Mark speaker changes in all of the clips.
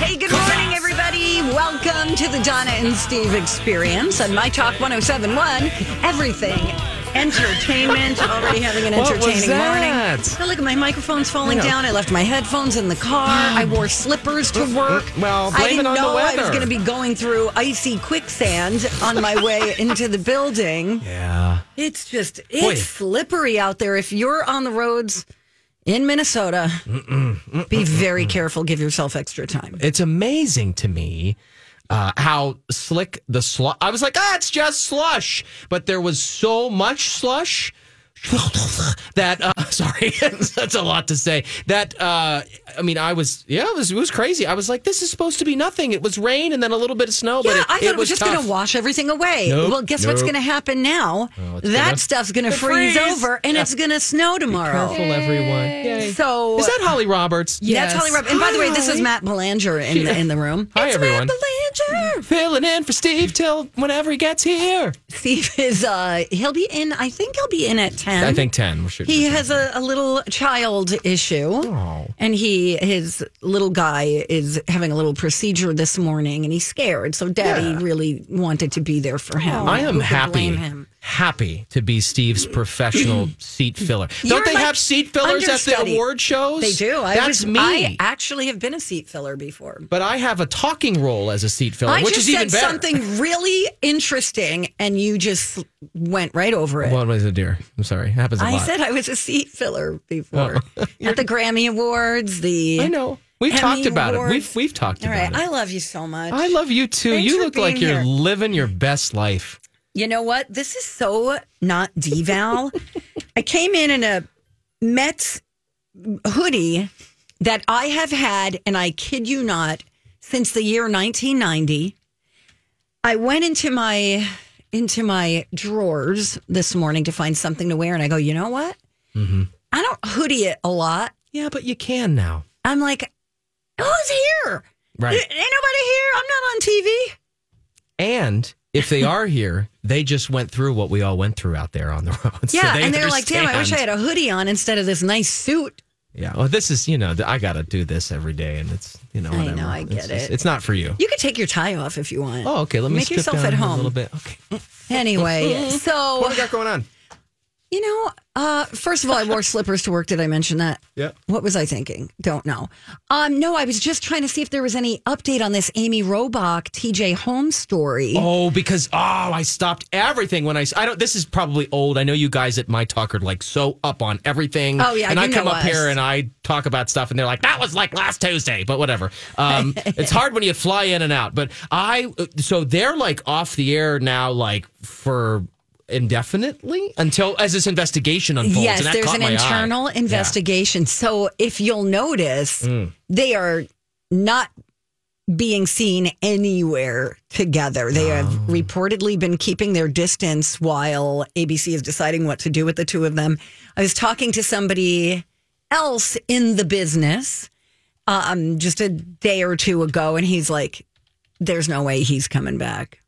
Speaker 1: Hey, good morning, everybody. Welcome to the Donna and Steve experience on My Talk 1071. Everything entertainment. Already having an
Speaker 2: What was
Speaker 1: entertaining
Speaker 2: that?
Speaker 1: morning. Oh, look at my microphone's falling
Speaker 2: Yeah.
Speaker 1: down. I left my headphones in the car. I wore slippers to work.
Speaker 2: Well, blame
Speaker 1: I didn't
Speaker 2: it on the
Speaker 1: know I was
Speaker 2: weather.
Speaker 1: going to be going through icy quicksand on my way into the building.
Speaker 2: Yeah.
Speaker 1: It's just it's
Speaker 2: Boy.
Speaker 1: slippery out there. If you're on the roads in Minnesota, be very careful. Give yourself extra time.
Speaker 2: It's amazing to me uh, how slick the slush. I was like, ah, it's just slush. But there was so much slush that, uh, sorry, that's a lot to say. That, uh, I mean, I was, yeah, it was, it was crazy. I was like, this is supposed to be nothing. It was rain and then a little bit of snow. but
Speaker 1: Yeah,
Speaker 2: it,
Speaker 1: I thought it, was, just going
Speaker 2: tough.
Speaker 1: to wash everything away.
Speaker 2: Nope,
Speaker 1: well, guess what's
Speaker 2: nope. Oh,
Speaker 1: going to happen now? that
Speaker 2: it's gonna-
Speaker 1: stuff's going to
Speaker 2: It
Speaker 1: freeze,
Speaker 2: freeze.
Speaker 1: over and it's going to snow tomorrow.
Speaker 2: Careful, everyone. Yay.
Speaker 1: So
Speaker 2: is that Holly Roberts?
Speaker 1: that's Holly Rob. And by the way, this is
Speaker 2: Hi.
Speaker 1: Matt Belanger in the, in the room.
Speaker 2: Hi,
Speaker 1: it's
Speaker 2: everyone.
Speaker 1: Matt Belanger.
Speaker 2: Filling in for Steve till whenever he gets here.
Speaker 1: Steve is uh he'll be in I think he'll be in at 10.
Speaker 2: I think 10. We're shooting
Speaker 1: He
Speaker 2: for 10.
Speaker 1: has a, a little child issue,
Speaker 2: Oh.
Speaker 1: and he his little guy is having a little procedure this morning, and he's scared. So Daddy really wanted to be there for him.
Speaker 2: I am
Speaker 1: Oh, Who could
Speaker 2: happy,
Speaker 1: Blame him.
Speaker 2: happy to be Steve's professional seat filler.
Speaker 1: You're
Speaker 2: Don't they
Speaker 1: like
Speaker 2: have seat fillers at the
Speaker 1: understudy.
Speaker 2: award shows?
Speaker 1: They do. I
Speaker 2: That's
Speaker 1: was-
Speaker 2: me.
Speaker 1: I actually have been a seat filler before.
Speaker 2: but I have a talking role as a seat filler,
Speaker 1: I
Speaker 2: Oh, which
Speaker 1: just
Speaker 2: is
Speaker 1: said
Speaker 2: even better.
Speaker 1: something really interesting, and you just went right over it.
Speaker 2: What was it, dear? I'm sorry. It happens a
Speaker 1: I
Speaker 2: lot. Oh.
Speaker 1: said I was a seat filler before at the Grammy Awards. The
Speaker 2: I know. We've
Speaker 1: Emmy
Speaker 2: talked about
Speaker 1: Awards.
Speaker 2: it. We've we've talked
Speaker 1: All right,
Speaker 2: about
Speaker 1: I
Speaker 2: it.
Speaker 1: love you so much.
Speaker 2: I love you too.
Speaker 1: Thanks
Speaker 2: you
Speaker 1: for
Speaker 2: look like
Speaker 1: being
Speaker 2: you're
Speaker 1: here.
Speaker 2: living your best life.
Speaker 1: You know what? This is so not deval. I came in in a Mets hoodie that I have had, and I kid you not, since the year 1990. I went into my into my drawers this morning to find something to wear, and I go, you know what?
Speaker 2: Mm-hmm.
Speaker 1: I don't hoodie it a lot.
Speaker 2: Yeah, but you can now.
Speaker 1: I'm like, who's here?
Speaker 2: Right.
Speaker 1: Ain't nobody here. I'm not on TV.
Speaker 2: And if they are here, they just went through what we all went through out there on the road. So
Speaker 1: Yeah,
Speaker 2: they
Speaker 1: and they're like, damn, I wish I
Speaker 2: understand.
Speaker 1: had a hoodie on instead of this nice suit.
Speaker 2: Yeah. Well, this is, you know, I got to do this every day and it's, you know,
Speaker 1: I
Speaker 2: whatever.
Speaker 1: know, I
Speaker 2: It's
Speaker 1: get it.
Speaker 2: just- It's not for you.
Speaker 1: You could take your tie off if you want.
Speaker 2: Oh, okay. Let me
Speaker 1: make
Speaker 2: skip
Speaker 1: yourself
Speaker 2: down
Speaker 1: at
Speaker 2: a little
Speaker 1: home.
Speaker 2: bit. Okay.
Speaker 1: Anyway, so
Speaker 2: What we got going on?
Speaker 1: you know, uh, first of all, I wore slippers to work. Did I mention that?
Speaker 2: Yeah.
Speaker 1: What was I thinking? Don't know. Um, no, I was just trying to see if there was any update on this Amy Robach TJ Holmes story.
Speaker 2: Oh, because oh, I stopped everything when I. s- I don't. This is probably old. I know you guys at my talk are like so up on everything.
Speaker 1: Oh, yeah,
Speaker 2: and I
Speaker 1: you
Speaker 2: come
Speaker 1: know
Speaker 2: up here
Speaker 1: us.
Speaker 2: and I talk about stuff, and they're like, "That was like last Tuesday," but whatever. Um, it's hard when you fly in and out. But I, so they're like off the air now, like for indefinitely until as this investigation unfolds.
Speaker 1: Yes,
Speaker 2: and that
Speaker 1: there's
Speaker 2: caught
Speaker 1: an
Speaker 2: my eye.
Speaker 1: internal investigation. So if you'll notice,
Speaker 2: Hmm.
Speaker 1: they are not being seen anywhere together. They have
Speaker 2: Oh.
Speaker 1: reportedly been keeping their distance while ABC is deciding what to do with the two of them. I was talking to somebody else in the business um, just a day or two ago, and he's like, there's no way he's coming back.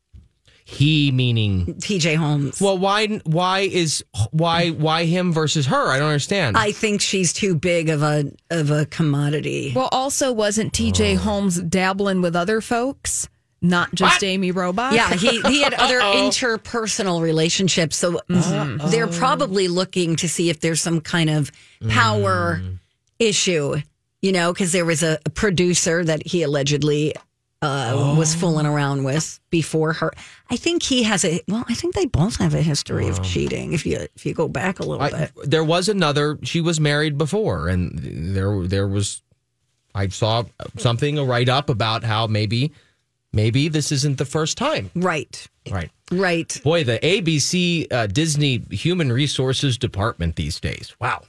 Speaker 2: He meaning
Speaker 1: TJ Holmes.
Speaker 2: Well, why? Why is why why him versus her? I don't understand.
Speaker 1: I think she's too big of a of a commodity.
Speaker 3: Well, also wasn't TJ Holmes dabbling with other folks, not just Amy Robot?
Speaker 1: Yeah, he, he had other interpersonal relationships. So mm-hmm. they're probably looking to see if there's some kind of power issue you know, because there was a producer that he allegedly uh, was fooling around with before her. I think he has a well. I think they both have a history of cheating. If you if you go back a little
Speaker 2: I,
Speaker 1: bit,
Speaker 2: there was another. She was married before, and there there was. I saw something a write up about how maybe maybe this isn't the first time.
Speaker 1: right,
Speaker 2: Right.
Speaker 1: right.
Speaker 2: Boy, the ABC uh, Disney Human Resources Department these days. Wow,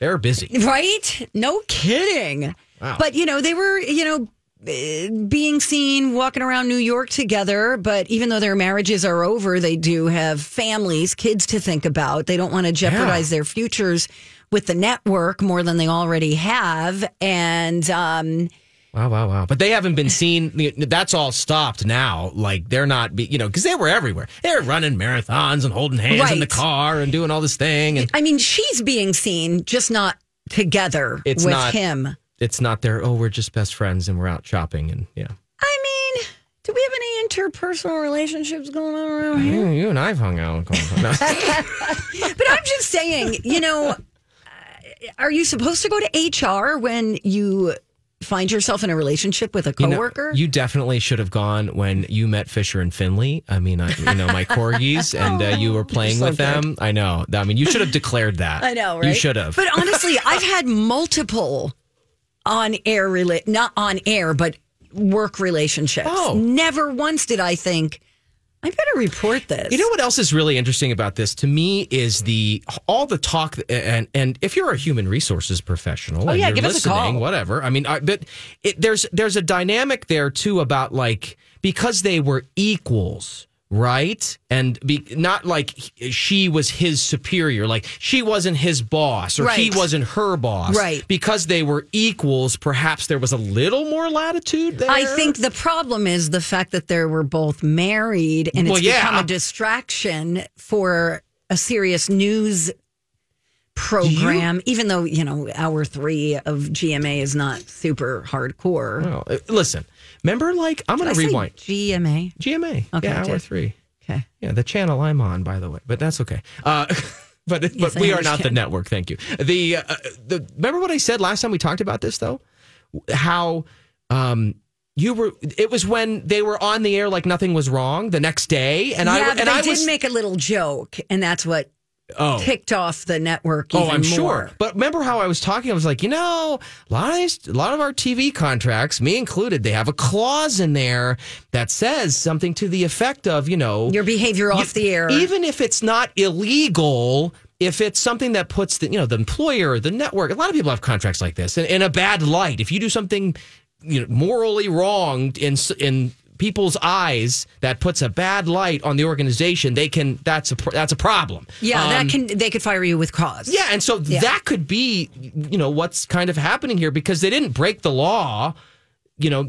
Speaker 2: they're busy.
Speaker 1: Right? No kidding.
Speaker 2: Wow.
Speaker 1: But you know, they were, you know, eh, being seen walking around New York together, but even though their marriages are over, they do have families, kids to think about. They don't want to jeopardize their futures with the network more than they already have. And um
Speaker 2: Wow, wow, wow. But they haven't been seen. That's all stopped now. Like they're not, be, you know, because they were everywhere. They're running marathons and holding hands in the
Speaker 1: Right.
Speaker 2: car and doing all this thing, and
Speaker 1: I mean, she's being seen, just not together
Speaker 2: It's
Speaker 1: with
Speaker 2: not-
Speaker 1: him.
Speaker 2: it's not their. Oh, we're just best friends and we're out shopping and yeah.
Speaker 1: I mean, do we have any interpersonal relationships going on around here?
Speaker 2: You, you and I've hung out. No.
Speaker 1: But I'm just saying, you know, uh, are you supposed to go to HR when you find yourself in a relationship with a
Speaker 2: You know,
Speaker 1: coworker?
Speaker 2: You definitely should have gone when you met Fisher and Finley. I mean, I, you know, my corgis, and
Speaker 1: Oh,
Speaker 2: uh, you were playing with them. I know. I mean, you should have declared that.
Speaker 1: I know, right?
Speaker 2: You should have.
Speaker 1: But honestly, I've had multiple on air rela- not on air, but work relationships.
Speaker 2: Oh.
Speaker 1: Never once did I think I better report this.
Speaker 2: You know what else is really interesting about this to me is the all the talk and and if you're a human resources professional, oh and
Speaker 1: yeah,
Speaker 2: you're
Speaker 1: give us a
Speaker 2: listening,
Speaker 1: call.
Speaker 2: whatever. I mean, I, but it, there's there's a dynamic there too about like because they were equals. Right and be, not like he- she was his superior, like she wasn't his boss or he
Speaker 1: Right.
Speaker 2: wasn't her boss.
Speaker 1: Right.
Speaker 2: because they were equals, perhaps there was a little more latitude there.
Speaker 1: I think the problem is the fact that they were both married and it's
Speaker 2: Well, yeah.
Speaker 1: become a distraction for a serious news program, even though, you know, hour three of GMA is not super hardcore.
Speaker 2: Well, uh, listen, remember, like I'm going
Speaker 1: I
Speaker 2: to
Speaker 1: say
Speaker 2: rewind.
Speaker 1: GMA.
Speaker 2: GMA.
Speaker 1: Okay,
Speaker 2: yeah,
Speaker 1: I
Speaker 2: hour
Speaker 1: did.
Speaker 2: three.
Speaker 1: Okay.
Speaker 2: Yeah, the channel I'm on, by the way, but that's okay. Uh, but but
Speaker 1: I
Speaker 2: we are not the
Speaker 1: understand.
Speaker 2: network. Thank you. The uh, the remember what I said last time we talked about this though, how um you were it was when they were on the air like nothing was wrong the next day, and I
Speaker 1: yeah, but
Speaker 2: and
Speaker 1: they
Speaker 2: I
Speaker 1: did
Speaker 2: was
Speaker 1: make a little joke, and that's what
Speaker 2: oh
Speaker 1: ticked off the network.
Speaker 2: Oh,
Speaker 1: even
Speaker 2: I'm
Speaker 1: more.
Speaker 2: sure. But remember how I was talking? I was like, you know, a lot of these, a lot of our TV contracts, me included, they have a clause in there that says something to the effect of, you know,
Speaker 1: Your behavior off the air.
Speaker 2: even if it's not illegal. If it's something that puts the you know the employer, the network, a lot of people have contracts like this in, in a bad light. If you do something you know morally wrong in s- in people's eyes that puts a bad light on the organization, they can that's a pr- that's a problem.
Speaker 1: yeah,
Speaker 2: Um,
Speaker 1: that can they could fire you with cause.
Speaker 2: yeah, and so that could be, you know, what's kind of happening here because they didn't break the law, you know,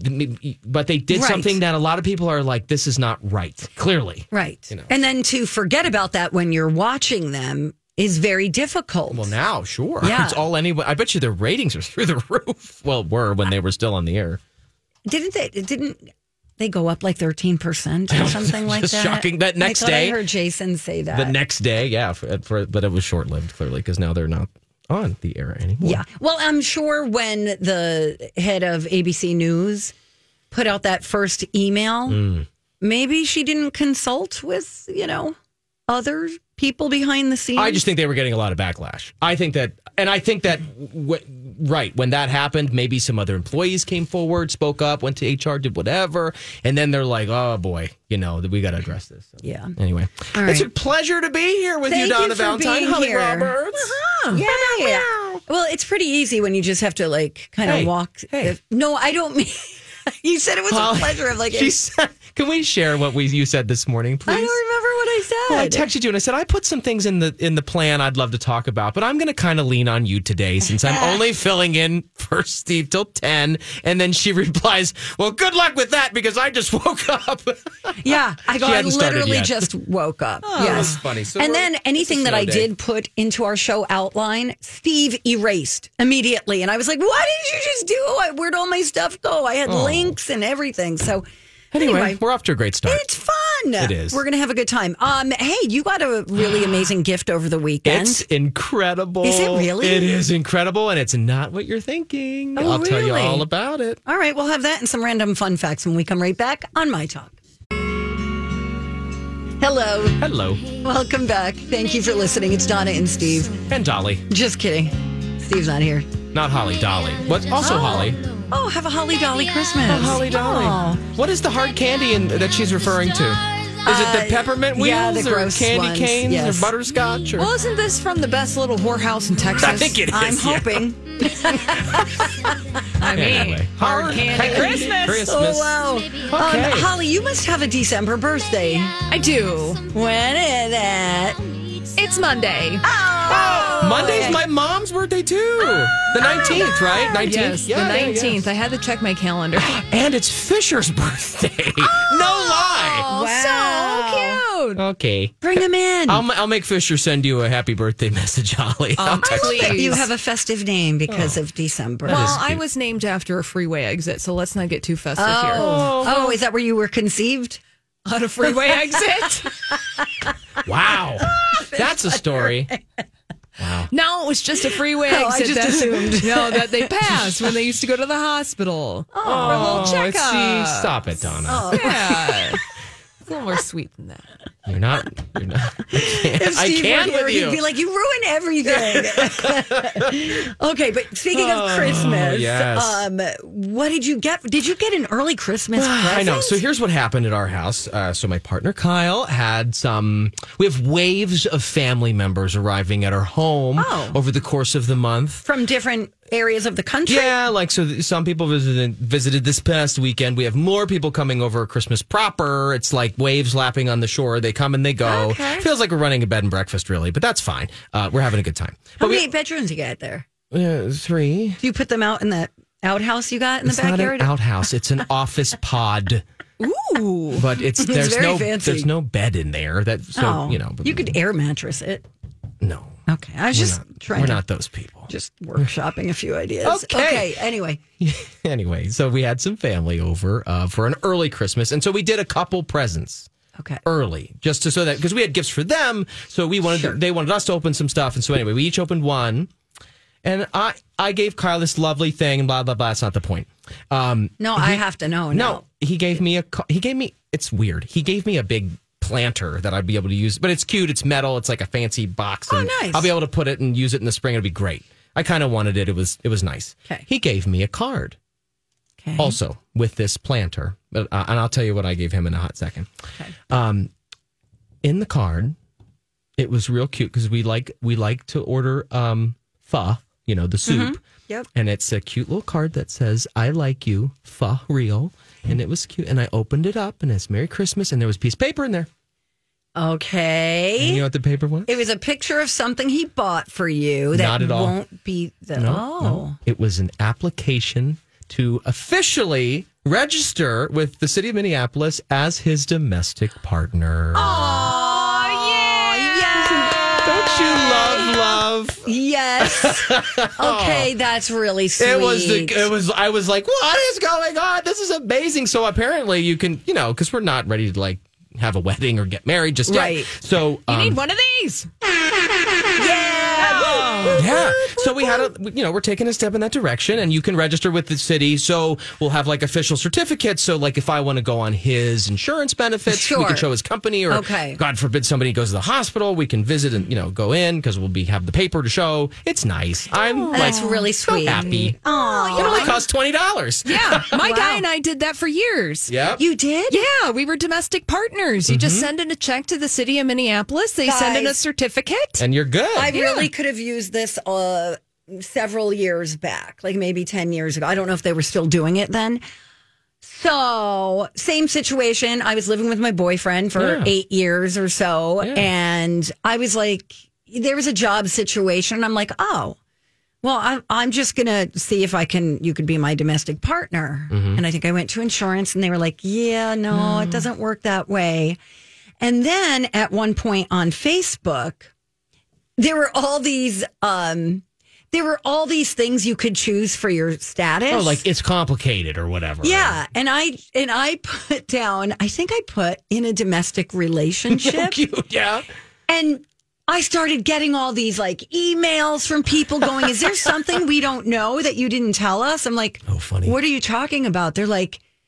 Speaker 2: but they did
Speaker 1: Right.
Speaker 2: something that a lot of people are like, this is not right, clearly.
Speaker 1: Right.
Speaker 2: You know.
Speaker 1: And then to forget about that when you're watching them is very difficult.
Speaker 2: Well, now, sure.
Speaker 1: Yeah.
Speaker 2: It's all anyone. I bet you their ratings are through the roof. Well, were when they were still on the air.
Speaker 1: didn't they didn't they go up like 13% or something like
Speaker 2: Just
Speaker 1: that?
Speaker 2: shocking. That next
Speaker 1: I thought
Speaker 2: day-
Speaker 1: I heard Jason say that.
Speaker 2: The next day, yeah, for, for, but it was short lived, clearly, because now they're not on the air anymore.
Speaker 1: yeah. Well, I'm sure when the head of ABC News put out that first email,
Speaker 2: Hmm.
Speaker 1: maybe she didn't consult with, you know, other people behind the scenes.
Speaker 2: I just think they were getting a lot of backlash. I think that, and I think that, w- right, when that happened, maybe some other employees came forward, spoke up, went to HR, did whatever. And then they're like, oh boy, you know, we got to address this. So,
Speaker 1: Yeah.
Speaker 2: Anyway,
Speaker 1: All
Speaker 2: it's a
Speaker 1: right.
Speaker 2: pleasure to be here with
Speaker 1: Thank
Speaker 2: you, Donna
Speaker 1: you for
Speaker 2: Valentine.
Speaker 1: being
Speaker 2: Holly
Speaker 1: here. Uh-huh.
Speaker 2: Roberts.
Speaker 1: Yeah. Well, it's pretty easy when you just have to like kind of
Speaker 2: Hey,
Speaker 1: walk.
Speaker 2: hey.
Speaker 1: if- no, I don't mean. you said it was
Speaker 2: Holly-
Speaker 1: a pleasure of like.
Speaker 2: She said, can we share what we you said this morning,
Speaker 1: I
Speaker 2: please?
Speaker 1: don't remember what I said.
Speaker 2: Well, I texted you and I said I put some things in the in the plan I'd love to talk about, but I'm going to kind of lean on you today since I'm only filling in for Steve till ten. And then she replies, "Well, good luck with that because I just woke up."
Speaker 1: yeah, I, I
Speaker 2: hadn't started
Speaker 1: literally
Speaker 2: yet. Oh,
Speaker 1: just woke up. yes,
Speaker 2: that's funny. So
Speaker 1: and
Speaker 2: we're-
Speaker 1: then
Speaker 2: it's a
Speaker 1: anything that
Speaker 2: snow
Speaker 1: I
Speaker 2: day.
Speaker 1: did put into our show outline, Steve erased immediately, and I was like, "What did you just do? I, where'd all my stuff go? I had links and everything." So
Speaker 2: Oh. Anyway,
Speaker 1: Anyway.
Speaker 2: we're off to a great start.
Speaker 1: It's fun.
Speaker 2: It is.
Speaker 1: We're gonna have a good time. Um, hey, you got a really amazing gift over the weekend.
Speaker 2: It's incredible.
Speaker 1: Is it really?
Speaker 2: It is incredible, and it's not what you're thinking.
Speaker 1: Oh,
Speaker 2: I'll tell you
Speaker 1: really?
Speaker 2: all about it.
Speaker 1: All right, we'll have that and some random fun facts when we come right back on my talk. Hello,
Speaker 2: Hello,
Speaker 1: welcome back. Thank you for listening. It's Donna and Steve.
Speaker 2: and Dolly,
Speaker 1: Just kidding. Steve's not here.
Speaker 2: not Holly. Dolly, but also Holly.
Speaker 1: Oh, have a holly dolly Christmas.
Speaker 2: Holly Dolly. What is the hard candy in, that she's referring to? Is it the peppermint wheels
Speaker 1: yeah, the
Speaker 2: or
Speaker 1: gross
Speaker 2: candy
Speaker 1: ones,
Speaker 2: canes
Speaker 1: yes.
Speaker 2: or butterscotch? Or,
Speaker 3: Well, isn't this from the best little whorehouse in Texas?
Speaker 2: I think it is.
Speaker 1: I'm
Speaker 2: yeah.
Speaker 1: hoping.
Speaker 3: I mean,
Speaker 2: Anyway.
Speaker 3: hard
Speaker 2: Hard
Speaker 3: candy.
Speaker 2: candy. Christmas.
Speaker 1: Oh wow.
Speaker 2: Okay.
Speaker 1: Um, holly, you must have a December birthday.
Speaker 3: I do.
Speaker 1: When is it?
Speaker 3: It's Monday.
Speaker 1: Oh,
Speaker 2: Monday's my mom's birthday too. the nineteenth, right? Nineteenth.
Speaker 3: Yes, the 19th. I had to check my calendar.
Speaker 2: And it's Fisher's birthday.
Speaker 3: Oh,
Speaker 1: Wow.
Speaker 3: so cute.
Speaker 2: no lie. Okay.
Speaker 1: Bring him in.
Speaker 2: I'll, I'll make Fisher send you a happy birthday message, Holly.
Speaker 3: Oh,
Speaker 2: I'll text you.
Speaker 3: please.
Speaker 1: you have a festive name
Speaker 2: Oh.
Speaker 1: because of December.
Speaker 3: well, I was named after a freeway exit, so let's not get too festive here.
Speaker 1: Oh, is that where you were conceived?
Speaker 3: On a freeway exit?
Speaker 2: Wow. That's a story.
Speaker 3: no, it was just a freeway
Speaker 1: Oh, I
Speaker 3: exit.
Speaker 1: just
Speaker 3: that,
Speaker 1: assumed.
Speaker 3: No, that they passed when they used to go to the hospital. Oh, for a
Speaker 2: Oh,
Speaker 3: little
Speaker 2: see,
Speaker 3: checkup.
Speaker 2: stop it,
Speaker 3: Oh.
Speaker 2: Donna.
Speaker 3: Yeah. It's a little more sweet than that.
Speaker 2: You're not. You're not. I can't,
Speaker 1: If
Speaker 2: I
Speaker 1: Steve
Speaker 2: can
Speaker 1: were here,
Speaker 2: with
Speaker 1: he'd
Speaker 2: you.
Speaker 1: be like, "You ruin everything." okay, but speaking of Christmas,
Speaker 2: Oh, yes.
Speaker 1: um, what did you get? Did you get an early Christmas present?
Speaker 2: I know. So here's what happened at our house. Uh, so my partner Kyle had some. We have waves of family members arriving at our home
Speaker 1: Oh.
Speaker 2: over the course of the month.
Speaker 1: from different areas of the country.
Speaker 2: Yeah, like so. th- Some people visited visited this past weekend. We have more people coming over Christmas proper. It's like waves lapping on the shore. They come and they go.
Speaker 1: Okay.
Speaker 2: Feels like we're running a bed and breakfast, really. But that's fine. Uh, we're having a good time.
Speaker 1: How
Speaker 2: But
Speaker 1: many bedrooms you got there?
Speaker 2: we uh, three.
Speaker 1: Do you put them out Oh. in that outhouse you got in
Speaker 2: It's
Speaker 1: the
Speaker 2: not
Speaker 1: backyard?
Speaker 2: an outhouse. It's an office pod.
Speaker 3: Ooh.
Speaker 2: But it's there's
Speaker 1: very
Speaker 2: no
Speaker 1: fancy.
Speaker 2: there's no bed in there. That so
Speaker 1: oh,
Speaker 2: you know. But
Speaker 1: you could air mattress it.
Speaker 2: no.
Speaker 1: Okay, I was just trying.
Speaker 2: We're
Speaker 1: to
Speaker 2: not those people.
Speaker 1: just workshopping a few ideas.
Speaker 2: Okay.
Speaker 1: anyway.
Speaker 2: Anyway, so we had some family over uh, for an early Christmas, and so we did a couple presents.
Speaker 1: Okay.
Speaker 2: early just to so that because we had gifts for them so we wanted they wanted us to open some stuff and so anyway we each opened one and i i gave kyle this lovely thing and blah blah blah that's not the point um
Speaker 1: No, I have to know.
Speaker 2: no,
Speaker 1: No.
Speaker 2: he gave me a ca- he gave me it's weird he gave me a big planter that i'd be able to use but it's cute it's metal it's like a fancy box
Speaker 1: Oh,
Speaker 2: and
Speaker 1: nice.
Speaker 2: i'll be able to put it and use it in the spring it'll be great i kind of wanted it it was it was nice
Speaker 1: Okay.
Speaker 2: he gave me a card
Speaker 1: Okay.
Speaker 2: also with this planter. But, uh, and I'll tell you what I gave him in a hot second. Um, in the card, it was real cute because we like we like to order um, pho, you know, the soup.
Speaker 1: Mm-hmm. Yep.
Speaker 2: And it's a cute little card that says "I like you, pho real," and it was cute. And I opened it up, and it's "Merry Christmas," and there was a piece of paper in there. And
Speaker 1: Okay.
Speaker 2: you know what the paper was?
Speaker 1: It was a picture of something he bought for you that
Speaker 2: Not at all.
Speaker 1: won't be the oh.
Speaker 2: It was an application to officially register with the city of Minneapolis as his domestic partner.
Speaker 1: oh.
Speaker 2: Don't you love love?
Speaker 1: Yes. okay, that's really sweet.
Speaker 2: Oh. It was the it was I was like, what is going on? This is amazing. So apparently you can you know because we're not ready to like have a wedding or get married just yet.
Speaker 1: Right.
Speaker 2: So
Speaker 3: You need
Speaker 2: um,
Speaker 3: one of these.
Speaker 2: yeah. So we had a you know we're taking a step in that direction, and you can register with the city. So we'll have like official certificates. So like if I want to go on his insurance benefits, we
Speaker 1: Sure.
Speaker 2: can show his company, or
Speaker 1: Okay.
Speaker 2: God forbid somebody goes to the hospital, we can visit and you know go in because we'll be have the paper to show. It's nice. I'm like
Speaker 1: That's really sweet.
Speaker 2: so happy.
Speaker 1: Oh,
Speaker 2: It only costs twenty dollars.
Speaker 3: Yeah. My
Speaker 1: Wow.
Speaker 3: guy and I did that for years.
Speaker 2: Yep.
Speaker 1: you did?
Speaker 3: Yeah, we were domestic partners. You just send in a check to the city of Minneapolis. They send in a
Speaker 1: Guys.
Speaker 3: certificate.
Speaker 2: and you're good.
Speaker 1: I really could have used this uh, several years back, like maybe 10 years ago. I don't know if they were still doing it then. So, same situation. I was living with my boyfriend for
Speaker 2: Yeah.
Speaker 1: eight years or so. And I was like, there was a job situation. I'm like, oh, well, I'm, I'm just going to see if I can, you could be my domestic partner.
Speaker 2: Mm-hmm.
Speaker 1: And I think I went to insurance and they were like, yeah, no,
Speaker 2: Mm.
Speaker 1: it doesn't work that way. And then at one point on Facebook, there were all these um there were all these things you could choose for your status.
Speaker 2: Oh, like it's complicated or whatever.
Speaker 1: yeah, and I and I put down. I think I put in a domestic relationship,
Speaker 2: Cute. Yeah.
Speaker 1: and I started getting all these like emails from people going, "Is there something we don't know that you didn't tell us?" I'm like,
Speaker 2: Oh, funny.
Speaker 1: What are you talking about?" They're like,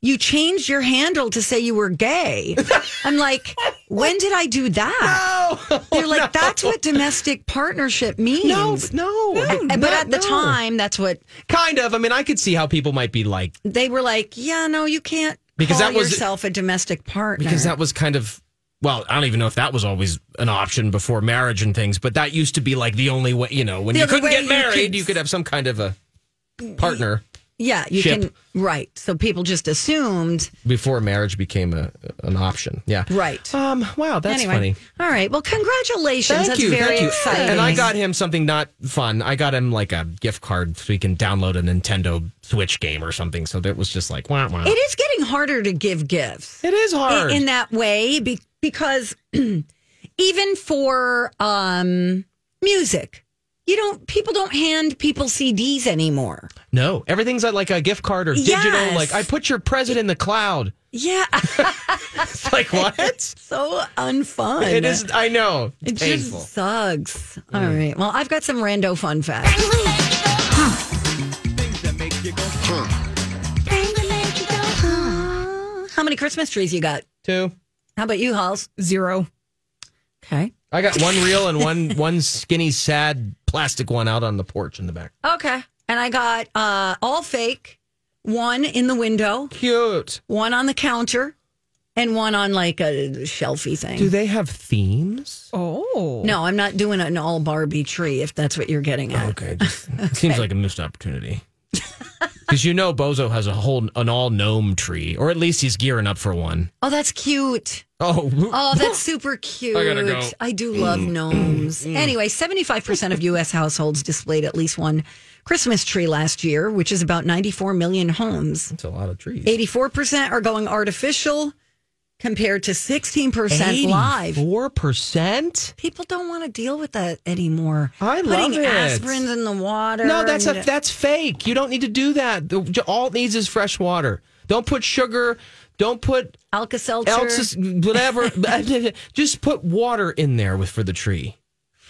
Speaker 1: you changed your handle to say you were gay. I'm like, when did I do that? They're like, that's what domestic partnership means.
Speaker 2: No, no.
Speaker 1: And- But at the time, that's what
Speaker 2: Kind of. I mean, I could see how people might be like,
Speaker 1: they were like, yeah, no, you can't
Speaker 2: Because
Speaker 1: call
Speaker 2: that was-
Speaker 1: yourself a domestic partner.
Speaker 2: because that was kind of well i don't even know if that was always an option before marriage and things but that used to be like the only way you know when
Speaker 1: The
Speaker 2: you
Speaker 1: other
Speaker 2: couldn't
Speaker 1: way
Speaker 2: get
Speaker 1: you
Speaker 2: married you could,
Speaker 1: could-
Speaker 2: have some kind of a partner
Speaker 1: yeah, you
Speaker 2: Ship.
Speaker 1: can right. So people just assumed
Speaker 2: before marriage became a, an option yeah
Speaker 1: right.
Speaker 2: um wow that's
Speaker 1: anyway,
Speaker 2: funny
Speaker 1: all right. Well, congratulations.
Speaker 2: Thank
Speaker 1: that's
Speaker 2: you,
Speaker 1: very
Speaker 2: thank you.
Speaker 1: exciting.
Speaker 2: And I got him something not fun. I got him like a gift card so he can download a Nintendo Switch game or something. So that was just like, wow, wow.
Speaker 1: It is getting harder to give gifts.
Speaker 2: It is hard.
Speaker 1: i- in that way be- because even for um, music, you don't people don't hand people CDs anymore.
Speaker 2: no, everything's at like a gift card or digital.
Speaker 1: Yes.
Speaker 2: Like I put your present in the cloud.
Speaker 1: Yeah,
Speaker 2: It's like what?
Speaker 1: so unfun.
Speaker 2: It is. I know.
Speaker 1: It
Speaker 2: It's
Speaker 1: just
Speaker 2: painful.
Speaker 1: sucks. All right. Well, I've got some rando fun facts. How many Christmas trees you got?
Speaker 2: Two.
Speaker 1: How about you, Halls?
Speaker 3: Zero.
Speaker 1: Okay.
Speaker 2: I got one real and one one skinny, sad plastic one out on the porch in the back.
Speaker 1: Okay. And I got uh, all fake, one in the window,
Speaker 2: Cute.
Speaker 1: one on the counter, and one on like a shelfie thing.
Speaker 2: Do they have themes?
Speaker 3: Oh.
Speaker 1: No, I'm not doing an all Barbie tree if that's what you're getting at.
Speaker 2: Okay, just it seems like a missed opportunity. Because you know Bozo has a whole an all gnome tree, or at least he's gearing up for one.
Speaker 1: Oh, that's cute.
Speaker 2: Oh,
Speaker 1: Oh, that's super cute.
Speaker 2: I gotta go. Mm.
Speaker 1: I do love gnomes. anyway, 75% of U.S. households displayed at least one Christmas tree last year, which is about 94 million homes.
Speaker 2: that's a lot of trees.
Speaker 1: 84% are going artificial compared to 16% live.
Speaker 2: Four percent.
Speaker 1: People don't want to deal with that anymore.
Speaker 2: I
Speaker 1: Putting
Speaker 2: love it.
Speaker 1: aspirins in the water.
Speaker 2: No, that's a
Speaker 1: and-
Speaker 2: that's fake. You don't need to do that. The- All it needs is fresh water. Don't put sugar. Don't put
Speaker 1: Alka-Seltzer.
Speaker 2: else is whatever. Just put water in there with for the tree.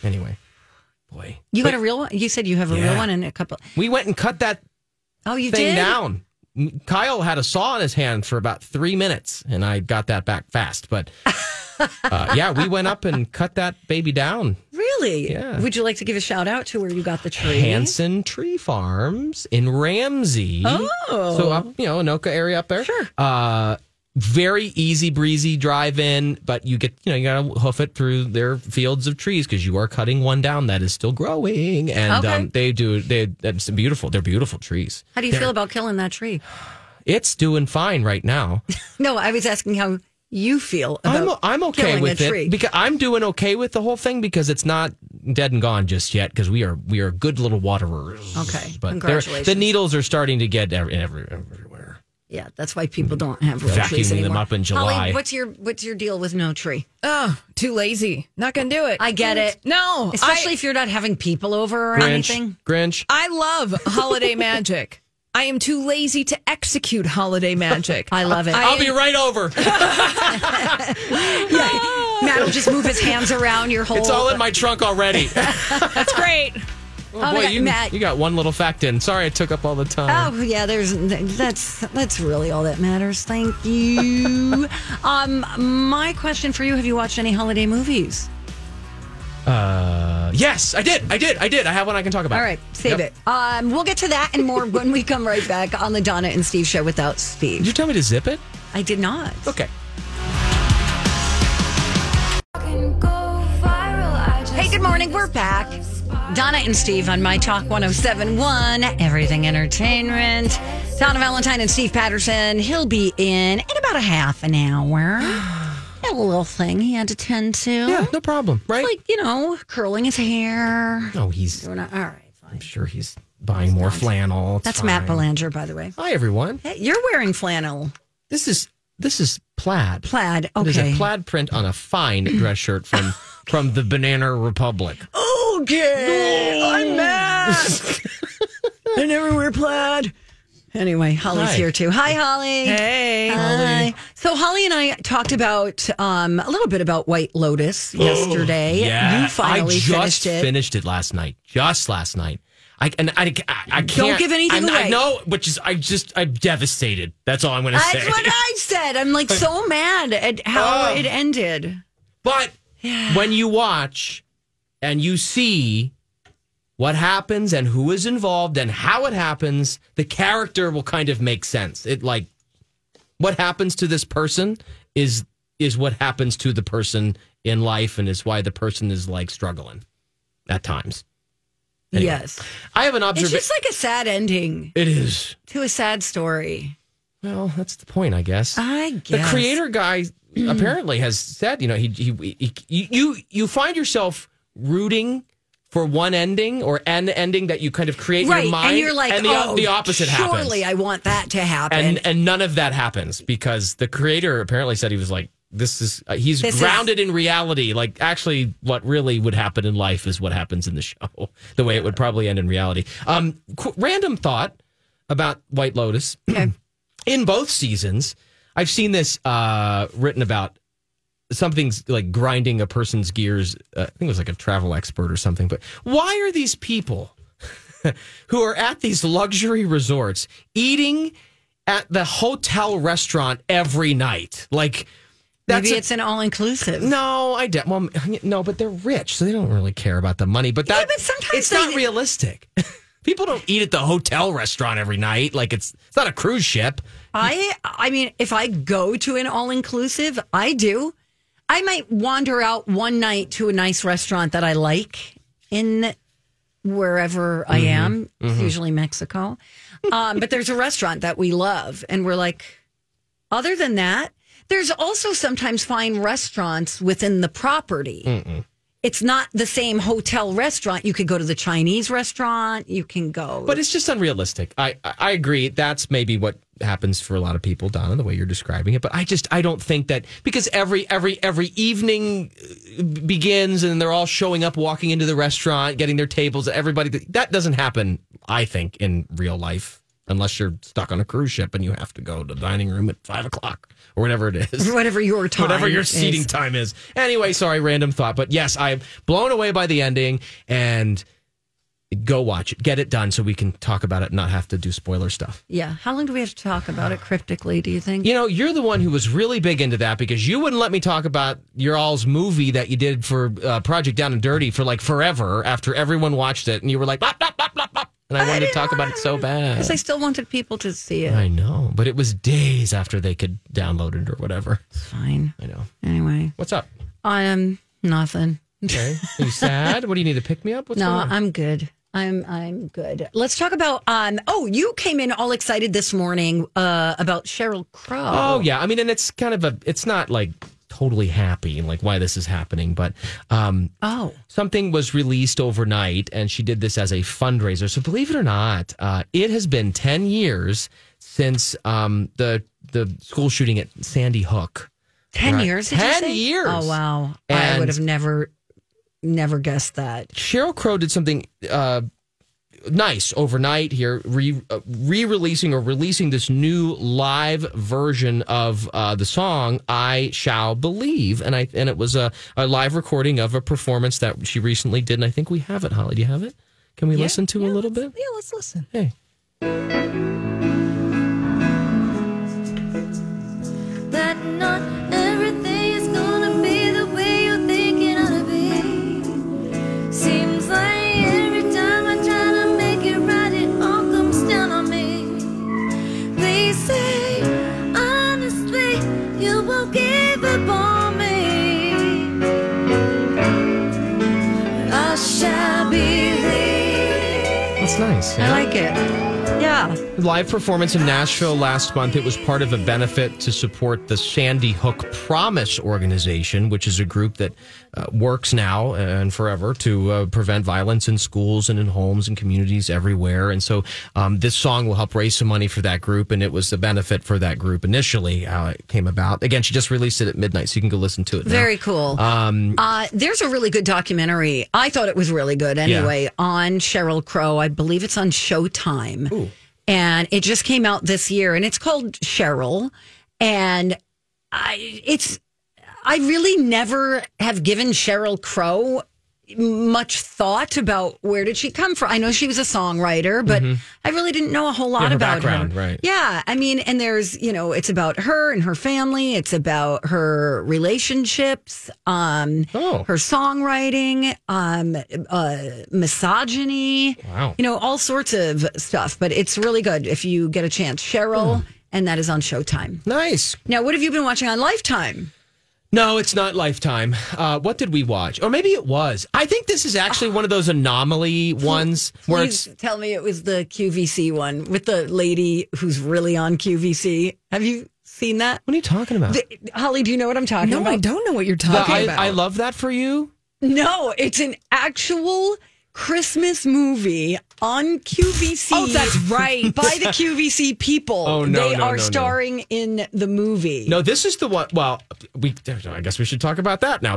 Speaker 2: Anyway, boy,
Speaker 1: you got a real one? You said you have a real
Speaker 2: Yeah.
Speaker 1: one and a couple.
Speaker 2: we went and cut that
Speaker 1: Oh, you
Speaker 2: thing
Speaker 1: did?
Speaker 2: down. Kyle had a saw in his hand for about three minutes, and I got that back fast. But uh, yeah, we went up and cut that baby down.
Speaker 1: Really?
Speaker 2: Yeah.
Speaker 1: Would you like to give a shout out to where you got the tree?
Speaker 2: Hanson Tree Farms in Ramsey.
Speaker 1: Oh.
Speaker 2: So up, you know, Anoka area up there.
Speaker 1: Sure.
Speaker 2: Uh, very easy breezy drive in, but you get, you know, you gotta hoof it through their fields of trees because you are cutting one down that is still growing. And
Speaker 1: Okay.
Speaker 2: um, they do, they, that's beautiful. They're beautiful trees.
Speaker 1: How do you feel about killing that tree?
Speaker 2: It's doing fine right now.
Speaker 1: No, I was asking how you feel
Speaker 2: I'm,
Speaker 1: about
Speaker 2: I'm okay
Speaker 1: killing
Speaker 2: with
Speaker 1: a tree.
Speaker 2: it because I'm doing okay with the whole thing because it's not dead and gone just yet because we are we are good little waterers.
Speaker 1: Okay.
Speaker 2: but they're- the
Speaker 1: Congratulations.
Speaker 2: needles are starting to get every, every, everywhere.
Speaker 1: yeah, that's why people don't have real trees
Speaker 2: Vacuuming them
Speaker 1: anymore.
Speaker 2: up in July.
Speaker 1: Holly, what's your what's your deal with no tree?
Speaker 3: Oh, too lazy. Not going to do it.
Speaker 1: I get it.
Speaker 3: No.
Speaker 1: Especially
Speaker 3: I,
Speaker 1: if you're not having people over or
Speaker 2: Grinch,
Speaker 1: anything.
Speaker 2: Grinch.
Speaker 3: I love holiday magic. I am too lazy to execute holiday magic.
Speaker 1: I love it.
Speaker 3: I-
Speaker 2: Uh, I'll be right over.
Speaker 1: Matt will just move his hands around your whole.
Speaker 2: It's all in my trunk already.
Speaker 3: That's great.
Speaker 2: Oh,
Speaker 1: my
Speaker 2: boy,
Speaker 1: God,
Speaker 2: you,
Speaker 1: Matt.
Speaker 2: you got one little fact in. Sorry, I took up all the time.
Speaker 1: Oh yeah, there's that's that's really all that matters. Thank you. um, my question for you: Have you watched any holiday movies?
Speaker 2: Uh, yes, I did. I did. I did. I have one I can talk about.
Speaker 1: Oh. All right, save
Speaker 2: Uh, Yep.
Speaker 1: it. Um, we'll get to that and more when we come right back on the Donna and Steve show without
Speaker 2: Did
Speaker 1: Steve.
Speaker 2: you tell me to zip it?
Speaker 1: I did not.
Speaker 2: Okay.
Speaker 4: Can go viral. I just
Speaker 1: Donna and Steve on My Talk 1071, Everything Entertainment. Donna Valentine and Steve Patterson. He'll be in in about a half an hour. Had a little thing he had to tend to.
Speaker 2: Yeah, no problem, right?
Speaker 1: Like, you know, curling his hair.
Speaker 2: no, he's.
Speaker 1: Doing a- all right, fine.
Speaker 2: I'm sure he's buying more flannel. It's
Speaker 1: That's
Speaker 2: fine.
Speaker 1: Matt Belanger, by the way.
Speaker 2: Hi everyone.
Speaker 1: Hey, you're wearing flannel
Speaker 2: This is this is plaid.
Speaker 1: plaid.
Speaker 2: It is
Speaker 1: Okay.
Speaker 2: a plaid print on a fine dress shirt from from the Banana Republic.
Speaker 1: Okay. I'm mad. I never wear plaid. Anyway, Holly's
Speaker 2: Hi.
Speaker 1: here too. Hi, Holly.
Speaker 3: Hey.
Speaker 1: Hi. So Holly and I talked about um, a little bit about White Lotus yesterday.
Speaker 2: Oh, Yeah,
Speaker 1: you finally
Speaker 2: I just
Speaker 1: finished it.
Speaker 2: Finished it last night. Just last night. I and I, I, I can't
Speaker 1: give anything
Speaker 2: I,
Speaker 1: away.
Speaker 2: I know, which is I just I'm devastated. That's all I'm going to
Speaker 1: That's
Speaker 2: say.
Speaker 1: what I said. I'm like so mad at how
Speaker 2: Oh.
Speaker 1: it ended.
Speaker 2: But when you watch and you see what happens and who is involved and how it happens, the character will kind of make sense. It like what happens to this person is is what happens to the person in life and is why the person is like struggling at times. Anyway.
Speaker 1: Yes.
Speaker 2: I have an
Speaker 1: It's
Speaker 2: observation.
Speaker 1: just like a sad ending
Speaker 2: It is.
Speaker 1: to a sad story.
Speaker 2: Well, that's the point, I guess.
Speaker 1: I
Speaker 2: the
Speaker 1: guess.
Speaker 2: creator guy
Speaker 1: Mm.
Speaker 2: apparently has said, you know, he, he, he you you find yourself rooting for one ending or an ending that you kind of create in
Speaker 1: Right.
Speaker 2: your mind,
Speaker 1: and you're like,
Speaker 2: and the,
Speaker 1: oh,
Speaker 2: the opposite
Speaker 1: surely
Speaker 2: happens,
Speaker 1: I want that to happen.
Speaker 2: and and none of that happens because the creator apparently said he was like. This is uh, he's
Speaker 1: This is-
Speaker 2: grounded in reality. Like actually, what really would happen in life is what happens in the show. The way it would probably end in reality. Um, qu- random thought about White Lotus. in both seasons. I've seen this uh, written about something's like grinding a person's gears. Uh, I think it was like a travel expert or something. But why are these people who are at these luxury resorts eating at the hotel restaurant every night? Like, that's
Speaker 1: Maybe
Speaker 2: a-
Speaker 1: it's an all inclusive.
Speaker 2: no, I don't. Well, no, but they're rich, so they don't really care about the money. But that
Speaker 1: Yeah, but sometimes
Speaker 2: it's not
Speaker 1: they-
Speaker 2: realistic. People don't eat at the hotel restaurant every night. Like it's it's not a cruise ship.
Speaker 1: I I mean, if I go to an all inclusive, I do. I might wander out one night to a nice restaurant that I like in wherever I
Speaker 2: Mm-hmm.
Speaker 1: am. It's usually Mexico. Um, but there's a restaurant that we love, and we're like, other than that, there's also sometimes fine restaurants within the property. It's not the same hotel restaurant. You could go to the Chinese restaurant. You can go.
Speaker 2: But it's just unrealistic. I, I I agree. That's maybe what happens for a lot of people, Donna, the way you're describing it. But I just I don't think that because every every every evening uh, begins and they're all showing up, walking into the restaurant, getting their tables. Everybody that doesn't happen. I think in real life, unless you're stuck on a cruise ship and you have to go to the dining room at five o'clock or whatever it is.
Speaker 1: whatever your time,
Speaker 2: Whatever your
Speaker 1: is.
Speaker 2: seating time is. Anyway, sorry, random thought. But yes, I'm blown away by the ending and go watch it. Get it done so we can talk about it and not have to do spoiler stuff.
Speaker 1: Yeah. How long do we have to talk about it cryptically, do you think?
Speaker 2: You know, you're the one who was really big into that because you wouldn't let me talk about your all's movie that you did for uh, Project Down and Dirty for like forever after everyone watched it. And you were like, bop, bop, bop, bop, bop. And I wanted to talk about it so bad.
Speaker 1: Because I still wanted people to see it.
Speaker 2: I know, but it was days after they could download it or whatever.
Speaker 1: It's fine.
Speaker 2: I know.
Speaker 1: Anyway,
Speaker 2: What's up?
Speaker 1: I'm nothing.
Speaker 2: Okay. Are you sad? What do you need to pick me up? What's
Speaker 1: No,
Speaker 2: going on?
Speaker 1: I'm good. I'm I'm good. Let's talk about um. Oh, you came in all excited this morning uh about Cheryl Crow.
Speaker 2: Oh yeah, I mean, and it's kind of a, it's not like totally happy and like why this is happening, but um,
Speaker 1: Oh.
Speaker 2: something was released overnight, and she did this as a fundraiser. So believe it or not, uh, it has been ten years since um, the the school shooting at Sandy Hook.
Speaker 1: Ten
Speaker 2: Right.
Speaker 1: years. did you
Speaker 2: 10
Speaker 1: say?
Speaker 2: years.
Speaker 1: Oh wow. I
Speaker 2: And-
Speaker 1: would have never, never guessed that.
Speaker 2: Cheryl Crow did something uh, nice overnight here, re uh, releasing or releasing this new live version of uh, the song "I Shall Believe," and I and it was a, a live recording of a performance that she recently did, and I think we have it. Holly, do you have it? Can we listen to a little bit?
Speaker 3: Yeah, let's listen.
Speaker 2: Hey,
Speaker 4: that not everything is gonna be the way you think it ought to be. Seems like every time I try to make it right, it all comes down on me. They say, honestly, you won't give up on me. I shall believe.
Speaker 1: I like it. Yeah.
Speaker 2: Live performance in Nashville last month. It was part of a benefit to support the Sandy Hook Promise organization, which is a group that uh, works now and forever to uh, prevent violence in schools and in homes and communities everywhere. And so um, this song will help raise some money for that group. And it was the benefit for that group initially how it came about. Again, she just released it at midnight, so you can go listen to it. now.
Speaker 1: Very cool. Um, uh, there's a really good documentary. I thought it was really good anyway on Cheryl Crow. I believe it's on Showtime. And it just came out this year and it's called Cheryl. And I, it's, I really never have given Cheryl Crow much thought about where did she come from. I know she was a songwriter, but I really didn't know a whole lot
Speaker 2: Mm-hmm. her
Speaker 1: about
Speaker 2: background,
Speaker 1: her.
Speaker 2: right.
Speaker 1: Yeah, I mean, and there's you know, it's about her and her family. It's about her relationships, um,
Speaker 2: Oh.
Speaker 1: her songwriting, um, uh, misogyny.
Speaker 2: Wow.
Speaker 1: you know, all sorts of stuff. But it's really good if you get a chance, Cheryl,
Speaker 2: Hmm.
Speaker 1: and that is on Showtime.
Speaker 2: Nice.
Speaker 1: Now, what have you been watching on Lifetime?
Speaker 2: No, it's not Lifetime. Uh, what did we watch? Or maybe it was. I think this is actually one of those anomaly ones where
Speaker 1: Please
Speaker 2: it's.
Speaker 1: tell me it was the QVC one with the lady who's really on QVC. Have you seen that?
Speaker 2: What are you talking about?
Speaker 1: The- Holly, do you know what I'm talking
Speaker 3: No,
Speaker 1: about?
Speaker 3: I don't know what you're
Speaker 2: The
Speaker 3: talking
Speaker 2: I,
Speaker 3: about.
Speaker 2: I love that for you.
Speaker 1: No, it's an actual Christmas movie on QVC.
Speaker 3: Oh, that's right.
Speaker 1: By the QVC people.
Speaker 2: Oh, no,
Speaker 1: They
Speaker 2: no,
Speaker 1: are
Speaker 2: no, no.
Speaker 1: starring in the movie.
Speaker 2: No, this is the one. Well, we. I guess we should talk about that now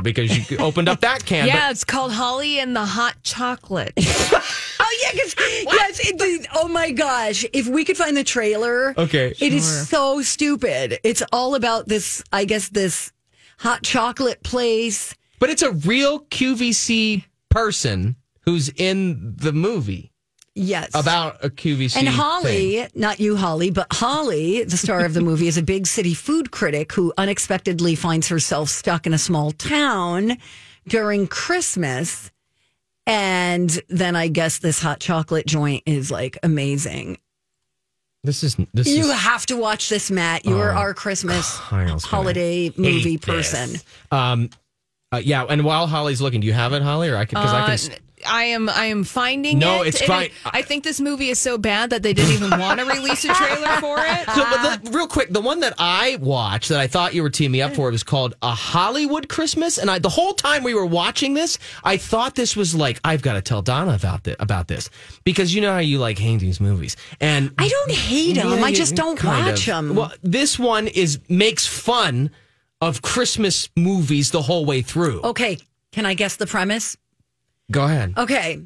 Speaker 2: because you opened up that can.
Speaker 3: yeah, it's called Holly and the Hot Chocolate.
Speaker 1: Oh, yeah, 'cause- yes. It, the- oh, my gosh. If we could find the trailer.
Speaker 2: Okay.
Speaker 1: it is so stupid. It's all about this, I guess, this hot chocolate place.
Speaker 2: But it's a real QVC person who's in the movie
Speaker 1: Yes.
Speaker 2: about a QVC.
Speaker 1: And Holly,
Speaker 2: thing.
Speaker 1: not you, Holly, but Holly, the star of the movie, is a big city food critic who unexpectedly finds herself stuck in a small town during Christmas. And then I guess this hot chocolate joint is like amazing.
Speaker 2: This is this
Speaker 1: You
Speaker 2: is
Speaker 1: have to watch this, Matt. You are our Christmas
Speaker 2: Oh, Kyle's gonna
Speaker 1: holiday movie person.
Speaker 2: um, uh, yeah. And while Holly's looking, do you have it, Holly, or I can because
Speaker 1: Uh,
Speaker 2: I can.
Speaker 3: Uh, I am I am finding
Speaker 2: No,
Speaker 3: it.
Speaker 2: it's
Speaker 3: and
Speaker 2: fine.
Speaker 3: I, I think this movie is so bad that they didn't even want to release a trailer for it.
Speaker 2: So, but the,
Speaker 1: Ah.
Speaker 2: real quick, the one that I watched that I thought you were teeing me up for was called A Hollywood Christmas, and I the whole time we were watching this, I thought this was like I've got to tell Donna about this about this because you know how you like hate these movies, and
Speaker 1: I don't hate them.
Speaker 2: Yeah,
Speaker 1: I
Speaker 2: you-
Speaker 1: just don't
Speaker 2: kind
Speaker 1: watch
Speaker 2: of.
Speaker 1: them.
Speaker 2: Well, this one is makes fun of Christmas movies the whole way through.
Speaker 1: okay. Can I guess the premise?
Speaker 2: Go ahead.
Speaker 1: Okay.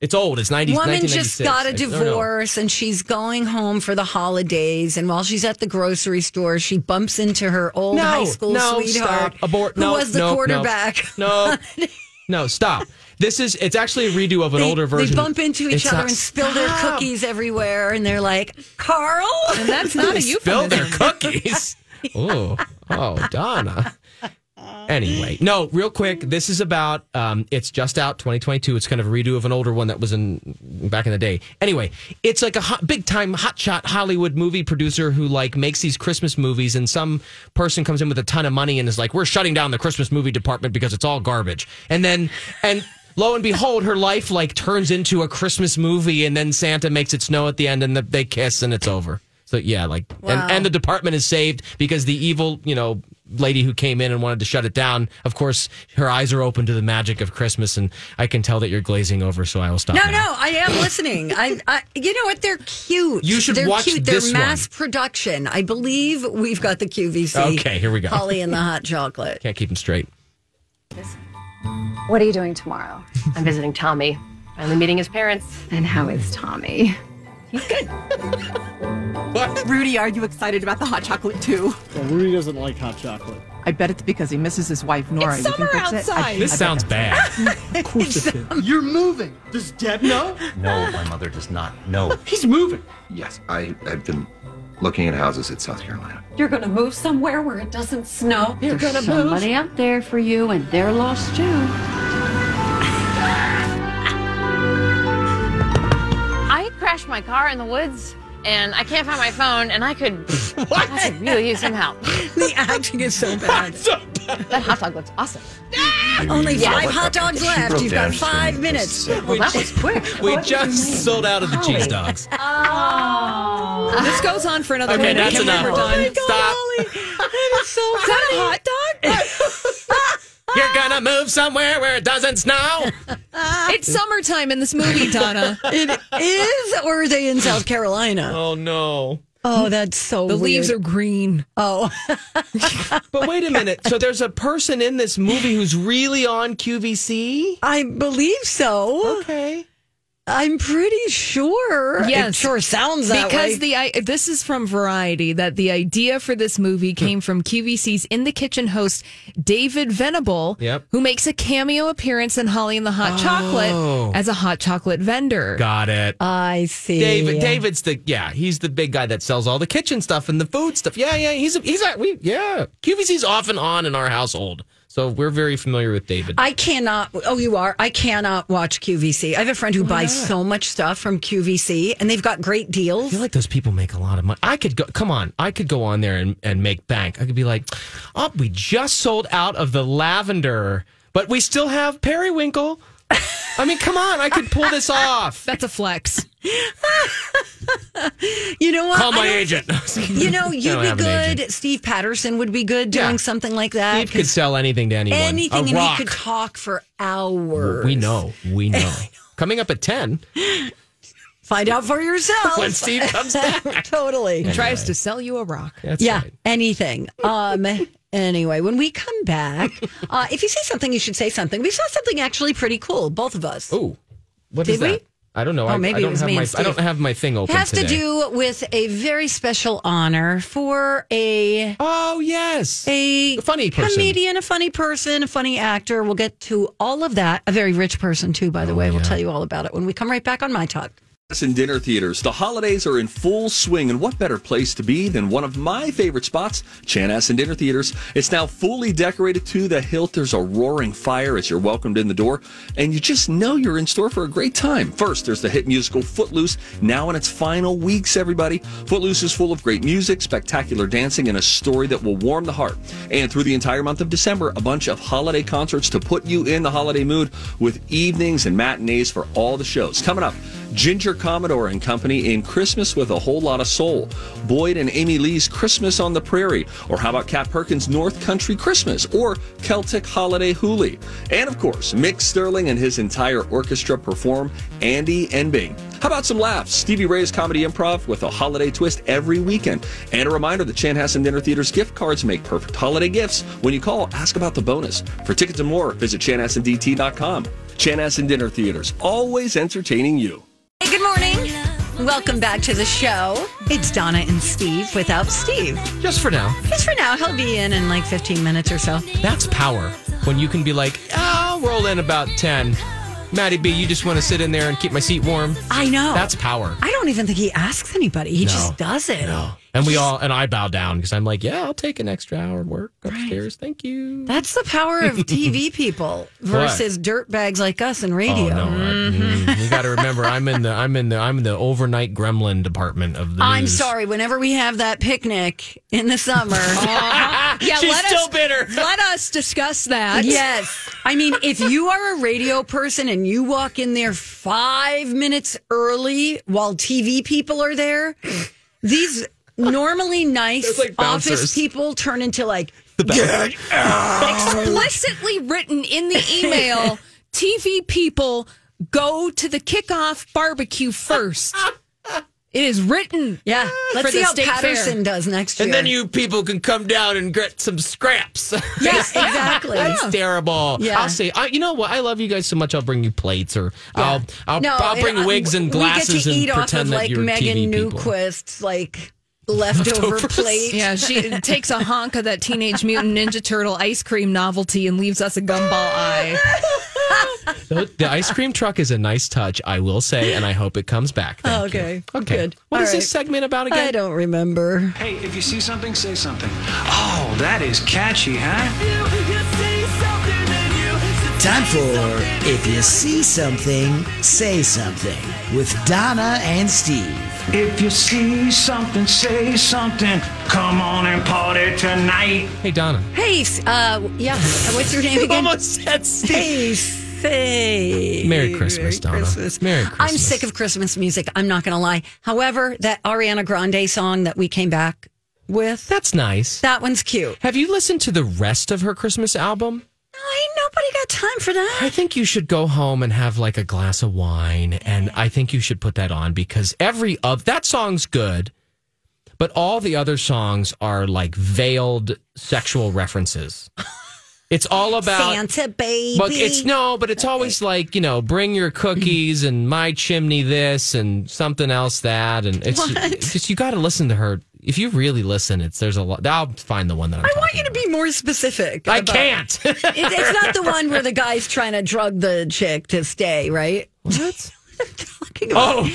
Speaker 2: It's old. It's nineties.
Speaker 1: Oh. Woman just got a divorce and she's going home for the holidays. And while she's at the grocery store, she bumps into her old
Speaker 2: No,
Speaker 1: high school
Speaker 2: no,
Speaker 1: sweetheart
Speaker 2: stop. Abort.
Speaker 1: who
Speaker 2: No,
Speaker 1: was the
Speaker 2: no, no.
Speaker 1: quarterback.
Speaker 2: No, no, stop. This is it's actually a redo of an
Speaker 1: They,
Speaker 2: older
Speaker 1: they
Speaker 2: version.
Speaker 1: bump into each
Speaker 2: It's
Speaker 1: other
Speaker 2: not-
Speaker 1: and spill their
Speaker 2: Stop.
Speaker 1: cookies everywhere, and they're like, "Carl."
Speaker 3: and that's not a
Speaker 2: Spill
Speaker 3: euphemism.
Speaker 2: their cookies. oh, oh, Donna. Anyway, no, real quick. This is about. Um, it's just out 2022. It's kind of a redo of an older one that was in back in the day. Anyway, it's like a hot, big time hotshot Hollywood movie producer who like makes these Christmas movies, and some person comes in with a ton of money and is like, "We're shutting down the Christmas movie department because it's all garbage." And then and. Lo and behold, her life like turns into a Christmas movie, and then Santa makes it snow at the end, and the, they kiss, and it's over. So yeah, like and, and the department is saved because the evil, you know, lady who came in and wanted to shut it down, of course, her eyes are open to the magic of Christmas and I can tell that you're glazing over, so I will stop.
Speaker 1: No,
Speaker 2: now.
Speaker 1: no, I am listening. I, I, you know what? They're cute.
Speaker 2: You should
Speaker 1: They're
Speaker 2: watch
Speaker 1: cute.
Speaker 2: this
Speaker 1: They're mass production. I believe we've got the QVC.
Speaker 2: Okay, here we go.
Speaker 1: Holly and the hot chocolate.
Speaker 2: Can't keep him straight.
Speaker 5: What are you doing tomorrow? I'm visiting Tommy. Finally meeting his parents. And how is Tommy?
Speaker 6: Rudy, are you excited about the hot chocolate too?
Speaker 7: Rudy doesn't like hot chocolate.
Speaker 6: I bet it's because he misses his wife Nora.
Speaker 3: It's summer outside.
Speaker 2: This sounds bad.
Speaker 7: Of course it did. You're moving. Does Deb know?
Speaker 8: No, my mother does not know.
Speaker 7: He's moving.
Speaker 8: yes, I, I've been looking at houses in South Carolina.
Speaker 5: You're gonna move somewhere where it doesn't snow. You're
Speaker 7: gonna
Speaker 5: somebody out there for you, and they're lost too. I crashed my car in the woods, and I can't find my phone, and I could, I could really use some help.
Speaker 1: The acting is so bad.
Speaker 5: That hot dog looks awesome.
Speaker 1: Only
Speaker 4: Yeah.
Speaker 1: five hot dogs
Speaker 4: She
Speaker 1: left.
Speaker 4: broke
Speaker 1: You've
Speaker 4: down
Speaker 1: got
Speaker 4: just when
Speaker 1: five
Speaker 4: it was
Speaker 1: minutes.
Speaker 4: set. Well, that was quick.
Speaker 2: We just sold out of the cheese dogs.
Speaker 3: Oh. This goes on for another
Speaker 2: Okay,
Speaker 3: minute.
Speaker 2: that's
Speaker 3: Can we-
Speaker 2: enough.
Speaker 3: we're done.
Speaker 2: Stop.
Speaker 3: That is Oh so that a hot dog?
Speaker 2: You're gonna move somewhere where it doesn't snow.
Speaker 3: it's summertime in this movie, Donna.
Speaker 1: It is, or are they in South Carolina?
Speaker 2: Oh no.
Speaker 1: Oh, that's so
Speaker 3: The leaves are
Speaker 1: weird.
Speaker 3: green.
Speaker 1: Oh,
Speaker 2: But wait a minute. So there's a person in this movie who's really on QVC?
Speaker 1: I believe so.
Speaker 2: Okay.
Speaker 1: I'm pretty sure.
Speaker 3: Yes.
Speaker 1: It sure sounds that
Speaker 3: because
Speaker 1: way.
Speaker 3: the I, this is from Variety that the idea for this movie
Speaker 2: Hmm.
Speaker 3: came from QVC's In the Kitchen host David Venable,
Speaker 2: Yep.
Speaker 3: who makes a cameo appearance in Holly and the Hot Chocolate as a hot chocolate vendor.
Speaker 2: Oh. Got it.
Speaker 1: I see.
Speaker 2: David David's the yeah, he's the big guy that sells all the kitchen stuff and the food stuff. Yeah, yeah, he's a, he's a, we yeah. QVC's off and on in our household. So we're very familiar with David.
Speaker 1: I cannot. Oh, you are. I cannot watch QVC. I have a friend who buys so much stuff from QVC, and they've got great
Speaker 2: I
Speaker 1: deals.
Speaker 2: feel like those people make a lot of money. I could go, come on, I could go on there and, and make bank. I could be like, oh, we just sold out of the lavender, but we still have periwinkle. I mean, come on, I could pull this off.
Speaker 3: That's a flex.
Speaker 1: You know what?
Speaker 2: Call
Speaker 1: I
Speaker 2: my
Speaker 1: don't-
Speaker 2: agent.
Speaker 1: You know,
Speaker 2: I
Speaker 1: you'd
Speaker 2: don't
Speaker 1: be
Speaker 2: have an agent.
Speaker 1: good. Steve Patterson would be good
Speaker 2: Yeah.
Speaker 1: doing something like that.
Speaker 2: Steve could sell anything to anyone.
Speaker 1: anything,
Speaker 2: a
Speaker 1: and
Speaker 2: rock.
Speaker 1: he could talk for hours.
Speaker 2: We know, we know. Coming up at ten
Speaker 1: Find out for yourself
Speaker 2: when Steve comes back.
Speaker 1: totally.
Speaker 3: Tries to sell you a rock.
Speaker 2: That's
Speaker 1: yeah,
Speaker 2: right.
Speaker 1: anything. Um, anyway, when we come back, uh, if you see something, you should say something. We saw something actually pretty cool, both of us.
Speaker 2: Ooh, what
Speaker 1: Did
Speaker 2: is that?
Speaker 1: we? Oh,
Speaker 2: I don't know. I,
Speaker 1: maybe
Speaker 2: I
Speaker 1: it
Speaker 2: don't
Speaker 1: was
Speaker 2: have
Speaker 1: me
Speaker 2: my
Speaker 1: and
Speaker 2: I don't
Speaker 1: Steve.
Speaker 2: have my thing
Speaker 1: It
Speaker 2: open
Speaker 1: has
Speaker 2: today.
Speaker 1: to do with a very special honor for a
Speaker 2: oh yes,
Speaker 1: a
Speaker 2: funny person.
Speaker 1: comedian, a funny person, a funny actor. We'll get to all of that. A very rich person too,
Speaker 2: Oh,
Speaker 1: by the way. We'll tell you all about it when we come right back on my talk.
Speaker 9: Yes, in dinner theaters, the holidays are in full swing, and what better place to be than one of my favorite spots, Chanass and Dinner Theaters. It's now fully decorated to the hilt. There's a roaring fire as you're welcomed in the door, and you just know you're in store for a great time. First, there's the hit musical Footloose, now in its final weeks, everybody. Footloose is full of great music, spectacular dancing, and a story that will warm the heart. And through the entire month of December, a bunch of holiday concerts to put you in the holiday mood with evenings and matinees for all the shows. Coming up, Ginger Commodore and Company in Christmas with a Whole Lot of Soul, Boyd and Amy Lee's Christmas on the Prairie, or how about Cat Perkins' North Country Christmas, or Celtic Holiday Hooli. And of course, Mick Sterling and his entire orchestra perform Andy and Bing. How about some laughs? Stevie Ray's Comedy Improv with a holiday twist every weekend. And a reminder the Chanhassen Dinner Theater's gift cards make perfect holiday gifts. When you call, ask about the bonus. For tickets and more, visit chanhassendt.com. Chanhassen Dinner Theaters, always entertaining you.
Speaker 1: Hey, good morning. Welcome back to the show. It's Donna and Steve without Steve.
Speaker 2: Just for now.
Speaker 1: Just for now, he'll be in in like 15 minutes or so.
Speaker 2: That's power. When you can be like, I'll roll in about 10. Maddie B, you just want to sit in there and keep my seat warm.
Speaker 1: I know.
Speaker 2: That's power.
Speaker 1: I don't even think he asks anybody. He
Speaker 2: No.
Speaker 1: just does it.
Speaker 2: And we all, and I bow down because I'm like, yeah, I'll take an extra hour work upstairs. Thank you.
Speaker 1: That's the power of TV people versus dirt bags like us and radio.
Speaker 2: Oh, no. I-
Speaker 1: Mm-hmm.
Speaker 2: mm, you got to remember, I'm in the, I'm in the, I'm in the overnight gremlin department of the
Speaker 1: I'm
Speaker 2: news.
Speaker 1: sorry. Whenever we have that picnic in the summer,
Speaker 3: Yeah,
Speaker 2: She's
Speaker 3: let
Speaker 2: still
Speaker 3: us,
Speaker 2: bitter.
Speaker 3: Let us discuss that.
Speaker 1: yes. I mean, if you are a radio person and you walk in there five minutes early while TV people are there, these normally nice
Speaker 2: like bouncers.
Speaker 1: office people turn into like
Speaker 3: explicitly written in the email TV people go to the kickoff barbecue first. It is written.
Speaker 1: Yeah, let's
Speaker 3: For
Speaker 1: see
Speaker 3: the
Speaker 1: how
Speaker 3: state fair.
Speaker 1: Patterson does next year.
Speaker 2: And then you people can come down and get some scraps.
Speaker 1: yeah, exactly.
Speaker 2: That's terrible.
Speaker 1: Yeah.
Speaker 2: I'll say, I, you know what? I love you guys so much. I'll bring you plates, or I'll I'll,
Speaker 1: No,
Speaker 2: I'll bring
Speaker 1: and, uh,
Speaker 2: wigs and
Speaker 1: We
Speaker 2: glasses
Speaker 1: get to eat
Speaker 2: and
Speaker 1: off
Speaker 2: pretend
Speaker 1: of
Speaker 2: that
Speaker 1: like
Speaker 2: you're
Speaker 1: Megan
Speaker 2: TV people.
Speaker 1: Newquist's like leftover
Speaker 2: Leftovers.
Speaker 1: plate.
Speaker 3: Yeah, she takes a honk of that Teenage Mutant Ninja Turtle ice cream novelty and leaves us a gumball eye.
Speaker 2: Though The ice cream truck is a nice touch, I will say, and I hope it comes back. Thank you.
Speaker 1: Okay,
Speaker 2: Okay.
Speaker 1: good.
Speaker 2: What
Speaker 1: All
Speaker 2: is
Speaker 1: right.
Speaker 2: this segment about
Speaker 1: I
Speaker 2: again?
Speaker 1: don't remember.
Speaker 10: Hey, if you see something, say something. Oh, that is catchy, huh?
Speaker 11: Time for If You See Something, Say Something with Donna and Steve.
Speaker 10: If you see something, say something. Come on and party tonight.
Speaker 2: Hey, Donna.
Speaker 1: Hey, uh, yeah. What's your name again?
Speaker 2: Almost said
Speaker 1: Hey,
Speaker 2: Steve.
Speaker 1: say.
Speaker 2: Merry Christmas, Donna. Merry Christmas.
Speaker 1: I'm sick of Christmas music. I'm not going to lie. However, that Ariana Grande song that we came back with,
Speaker 2: That's nice.
Speaker 1: that one's cute.
Speaker 2: Have you listened to the rest of her Christmas album?
Speaker 1: Ain't nobody got time for that.
Speaker 2: I think you should go home and have like a glass of wine, and I think you should put that on because every of that song's good, but all the other songs are like veiled sexual references. It's all about
Speaker 1: Santa baby.
Speaker 2: But it's no, but it's always like you know, bring your cookies and my chimney this and something else that, and it's,
Speaker 1: What?
Speaker 2: it's just you got to listen to her. If you really listen, it's there's a lot. I'll find the one that I'm.
Speaker 1: I
Speaker 2: talking
Speaker 1: want you to be more specific.
Speaker 2: I
Speaker 1: about-
Speaker 2: can't.
Speaker 1: It- it's not the one where the guy's trying to drug the chick to stay, right?
Speaker 2: What?
Speaker 1: about-
Speaker 2: Oh,
Speaker 1: Baby,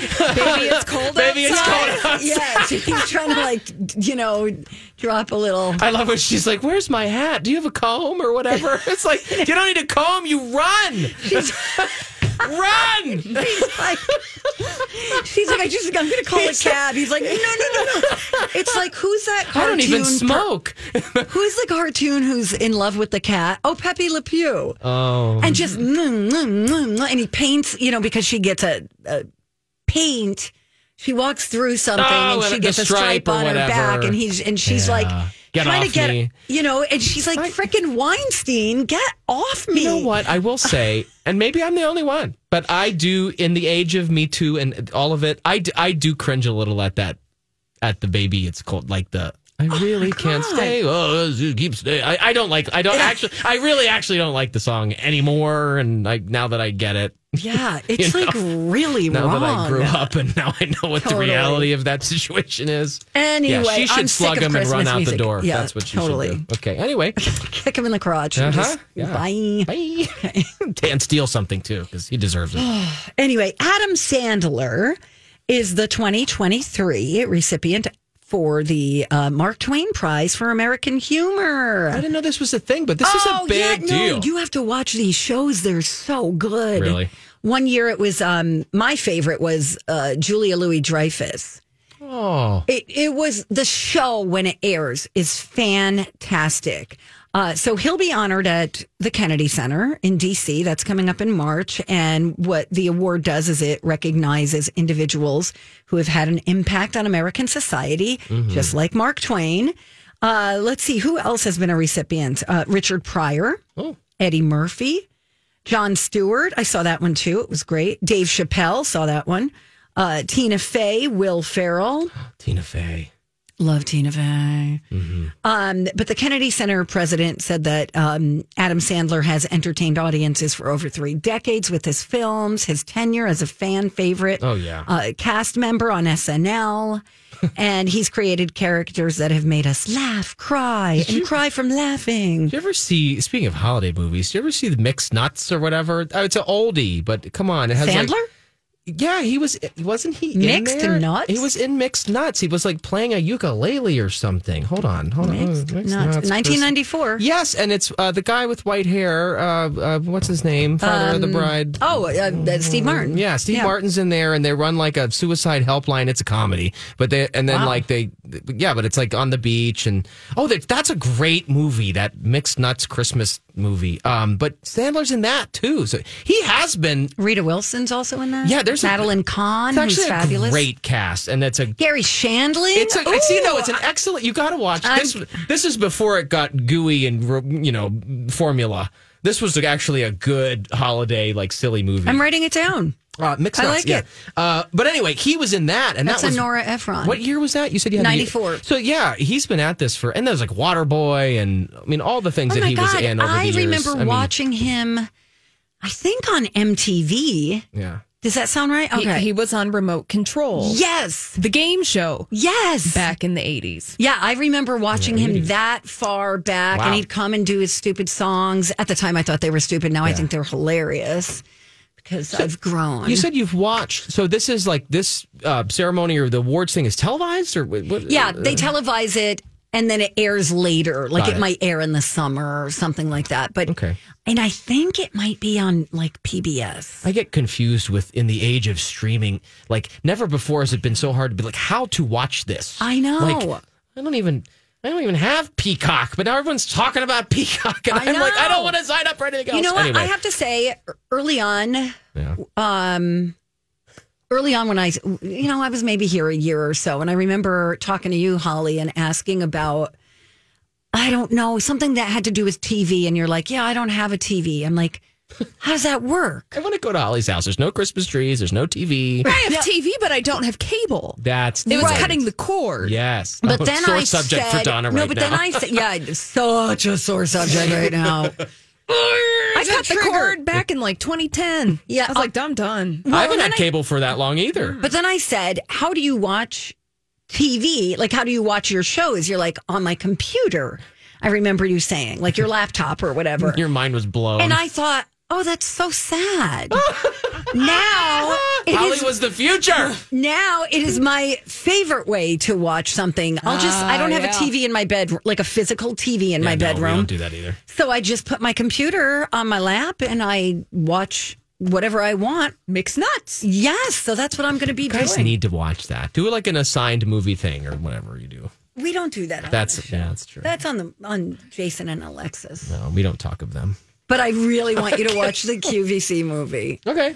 Speaker 1: it's cold
Speaker 2: Baby, it's
Speaker 1: outside.
Speaker 2: cold outside.
Speaker 1: Yeah, so he's trying to like, d- you know, drop a little.
Speaker 2: I love when she's like, "Where's my hat? Do you have a comb or whatever?" It's like you don't need a comb. You run, run.
Speaker 1: She's like, she's like, I just, I'm gonna call a cab. He's like, no, no, no, no. It's like, who's that?
Speaker 2: I don't
Speaker 1: cartoon
Speaker 2: even
Speaker 1: per-
Speaker 2: smoke.
Speaker 1: who's the cartoon who's in love with the cat? Oh, Pepe Le Pew.
Speaker 2: oh,
Speaker 1: and just mm, mm, mm, mm, and he paints you know because she gets a, a paint she walks through something
Speaker 2: Oh,
Speaker 1: and she
Speaker 2: and
Speaker 1: gets
Speaker 2: the
Speaker 1: a stripe
Speaker 2: stripe or
Speaker 1: on her
Speaker 2: whatever.
Speaker 1: back and he's and she's
Speaker 2: Yeah.
Speaker 1: like
Speaker 2: Get
Speaker 1: trying to
Speaker 2: off
Speaker 1: get
Speaker 2: me.
Speaker 1: you know and she's like freaking weinstein get off me
Speaker 2: You know what? I will say, and maybe I'm the only one, but I do, in the age of Me Too and all of it, I, d- I do cringe a little at that, at the baby. It's called like the. I really can't
Speaker 1: Oh God.
Speaker 2: stay. Oh, you keep stay. I, I don't like. I don't actually. I really actually don't like the song anymore. And I now that I get it,
Speaker 1: yeah it's
Speaker 2: You
Speaker 1: like really
Speaker 2: now
Speaker 1: wrong
Speaker 2: that I grew up, and now I know what
Speaker 1: Totally.
Speaker 2: the reality of that situation is.
Speaker 1: Anyway,
Speaker 2: yeah, she should
Speaker 1: I'm
Speaker 2: slug
Speaker 1: sick of
Speaker 2: him and run
Speaker 1: Christmas
Speaker 2: out
Speaker 1: music.
Speaker 2: the door.
Speaker 1: Yeah,
Speaker 2: That's what she
Speaker 1: totally.
Speaker 2: should do. Okay. Anyway,
Speaker 1: kick him in the crotch and
Speaker 2: Uh-huh.
Speaker 1: just
Speaker 2: Yeah.
Speaker 1: bye
Speaker 2: and steal something too because he deserves it.
Speaker 1: Anyway, Adam Sandler is the 2023 recipient for the uh, Mark Twain Prize for American Humor.
Speaker 2: I didn't know this was a thing, but this is a big
Speaker 1: Oh, yeah, no,
Speaker 2: deal.
Speaker 1: you have to watch these shows. They're so good.
Speaker 2: Really?
Speaker 1: One year it was um, my favorite was uh, Julia Louis Dreyfus.
Speaker 2: oh,
Speaker 1: It, it was the show when it airs is fantastic. Uh, so he'll be honored at the Kennedy Center in DC. That's coming up in March. And what the award does is it recognizes individuals who have had an impact on American society, just like Mark Twain. Uh, let's see who else has been a recipient. Uh, Richard Pryor,
Speaker 2: Oh.
Speaker 1: Eddie Murphy, John Stewart. I saw that one too. It was great. Dave Chappelle saw that one. Uh, Tina Fey, Will Ferrell.
Speaker 2: Tina Fey.
Speaker 1: Love Tina Fey.
Speaker 2: Mm-hmm.
Speaker 1: Um, but the Kennedy Center president said that um, Adam Sandler has entertained audiences for over three decades with his films, his tenure as a fan favorite,
Speaker 2: Oh, yeah.
Speaker 1: uh, cast member on SNL, and he's created characters that have made us laugh, cry, and cry from laughing.
Speaker 2: Did you ever see? Speaking of holiday movies, did you ever see the Mixed Nuts or whatever? Oh, it's an oldie, but come on, it has like- oh,
Speaker 1: Sandler?
Speaker 2: yeah, he was. Wasn't he in
Speaker 1: Mixed
Speaker 2: there?
Speaker 1: Nuts?
Speaker 2: He was in Mixed Nuts. He was like playing a ukulele or something. Hold on, hold on.
Speaker 1: Mixed
Speaker 2: Oh,
Speaker 1: Nuts.
Speaker 2: Chris-
Speaker 1: 1994.
Speaker 2: Yes, and it's uh, the guy with white hair. Uh, uh, what's his name? Father of the
Speaker 1: Um,
Speaker 2: Bride.
Speaker 1: Oh, uh, uh, Steve Martin.
Speaker 2: Yeah, Steve
Speaker 1: Yeah.
Speaker 2: Martin's in there, and they run like a suicide helpline. It's a comedy, but they and then
Speaker 1: Wow.
Speaker 2: like they, yeah, but it's like on the beach and oh, that- that's a great movie, that mixed nuts Christmas movie. Um, but Sandler's in that too, so he has been.
Speaker 1: Rita Wilson's also in that.
Speaker 2: Yeah, there's a-
Speaker 1: Madeline Kahn,
Speaker 2: It's
Speaker 1: who's
Speaker 2: actually a
Speaker 1: fabulous.
Speaker 2: great cast, and it's a.
Speaker 1: Gary Shandling.
Speaker 2: It's a, it's, you know,
Speaker 1: Ooh,
Speaker 2: it's an excellent. You got to watch this.
Speaker 1: I'm-
Speaker 2: This is before it got gooey and you know formula. This was actually a good holiday, like silly movie.
Speaker 1: I'm writing it down.
Speaker 2: Uh, mixed
Speaker 1: I
Speaker 2: nuts,
Speaker 1: like
Speaker 2: yeah.
Speaker 1: it.
Speaker 2: Uh, but anyway, he was in that, and
Speaker 1: That's
Speaker 2: that was
Speaker 1: a Nora Ephron.
Speaker 2: What year was that? You said you had the year-
Speaker 1: 94.
Speaker 2: So yeah, he's been at this for, and there's like Waterboy, and I mean all the things
Speaker 1: Oh
Speaker 2: that
Speaker 1: my
Speaker 2: he was
Speaker 1: god!
Speaker 2: in over
Speaker 1: I
Speaker 2: the years.
Speaker 1: remember
Speaker 2: I mean,
Speaker 1: watching him. I think on MTV.
Speaker 2: yeah,
Speaker 1: Does that sound right?
Speaker 3: He-
Speaker 1: Okay.
Speaker 3: He, was on Remote Control.
Speaker 1: yes.
Speaker 3: The game show
Speaker 1: Yes.
Speaker 3: back in the 80s.
Speaker 1: Yeah, I remember watching him that far back, and
Speaker 2: Wow.
Speaker 1: he'd come and do his stupid songs. At the time, I thought they were stupid. Now I think they're hilarious because I've grown.
Speaker 2: you said you've watched. So this is like this uh, ceremony or the awards thing is televised, or what? what-
Speaker 1: yeah, they televise it and then it airs later. Like
Speaker 11: Got
Speaker 1: it,
Speaker 11: it.
Speaker 1: might air in the summer or something like that. But okay. and I think it might be on like PBS.
Speaker 2: I get confused with in the age of streaming. Like never before has it been so hard to be like how to watch this.
Speaker 1: I know.
Speaker 2: Like I don't even I don't even have Peacock, but now everyone's talking about Peacock, and I am like I don't want to sign up for anything else.
Speaker 1: You know what?
Speaker 2: Anyway.
Speaker 1: I have to say, e-, early on, um, early on when I, you know, I was maybe here a year or so, and I remember talking to you, Holly, and asking about, I don't know, something that had to do with TV, and you're like, yeah, I don't have a TV. I'm like, how does that work?
Speaker 2: I want to go to Ollie's house. There's no Christmas trees. There's no TV.
Speaker 3: I have TV, but I don't have cable.
Speaker 2: That's
Speaker 3: It was
Speaker 2: right.
Speaker 3: cutting the cord.
Speaker 2: Yes,
Speaker 3: But
Speaker 2: Oh,
Speaker 3: then
Speaker 2: sore
Speaker 3: I
Speaker 2: subject for
Speaker 3: said-
Speaker 2: Donna
Speaker 1: no,
Speaker 2: right
Speaker 1: but
Speaker 2: now.
Speaker 1: then I said, yeah, it's such a sore subject right now.
Speaker 3: I cut the cord back in like 2010.
Speaker 1: Yeah,
Speaker 3: I was like, I'm done.
Speaker 2: I haven't had cable for that long either.
Speaker 1: But then I said, How do you watch TV? Like, how do you watch your shows? You're like, On my computer. I remember you saying, like, your laptop or whatever.
Speaker 2: Your mind was blown.
Speaker 1: And I thought, Oh, that's so sad. now, it
Speaker 2: Ollie
Speaker 1: is-
Speaker 2: was the future.
Speaker 1: now it is my favorite way to watch something. I'll just, I don't
Speaker 3: Ah,
Speaker 1: have
Speaker 3: yeah.
Speaker 1: a TV in my bed, like a physical TV in
Speaker 2: Yeah,
Speaker 1: my
Speaker 2: no,
Speaker 1: bedroom.
Speaker 2: We don't do that either.
Speaker 1: So I just put my computer on my lap and I watch whatever I want.
Speaker 3: Mix nuts.
Speaker 1: Yes. So that's what I'm going to be
Speaker 2: You guys
Speaker 1: doing.
Speaker 2: need to watch that. Do like an assigned movie thing or whatever you do.
Speaker 1: we don't do that. on
Speaker 2: That's yeah, that's true.
Speaker 1: That's on the on Jason and Alexis.
Speaker 2: No, we don't talk of them.
Speaker 1: But I really want you to watch the QVC movie.
Speaker 2: Okay.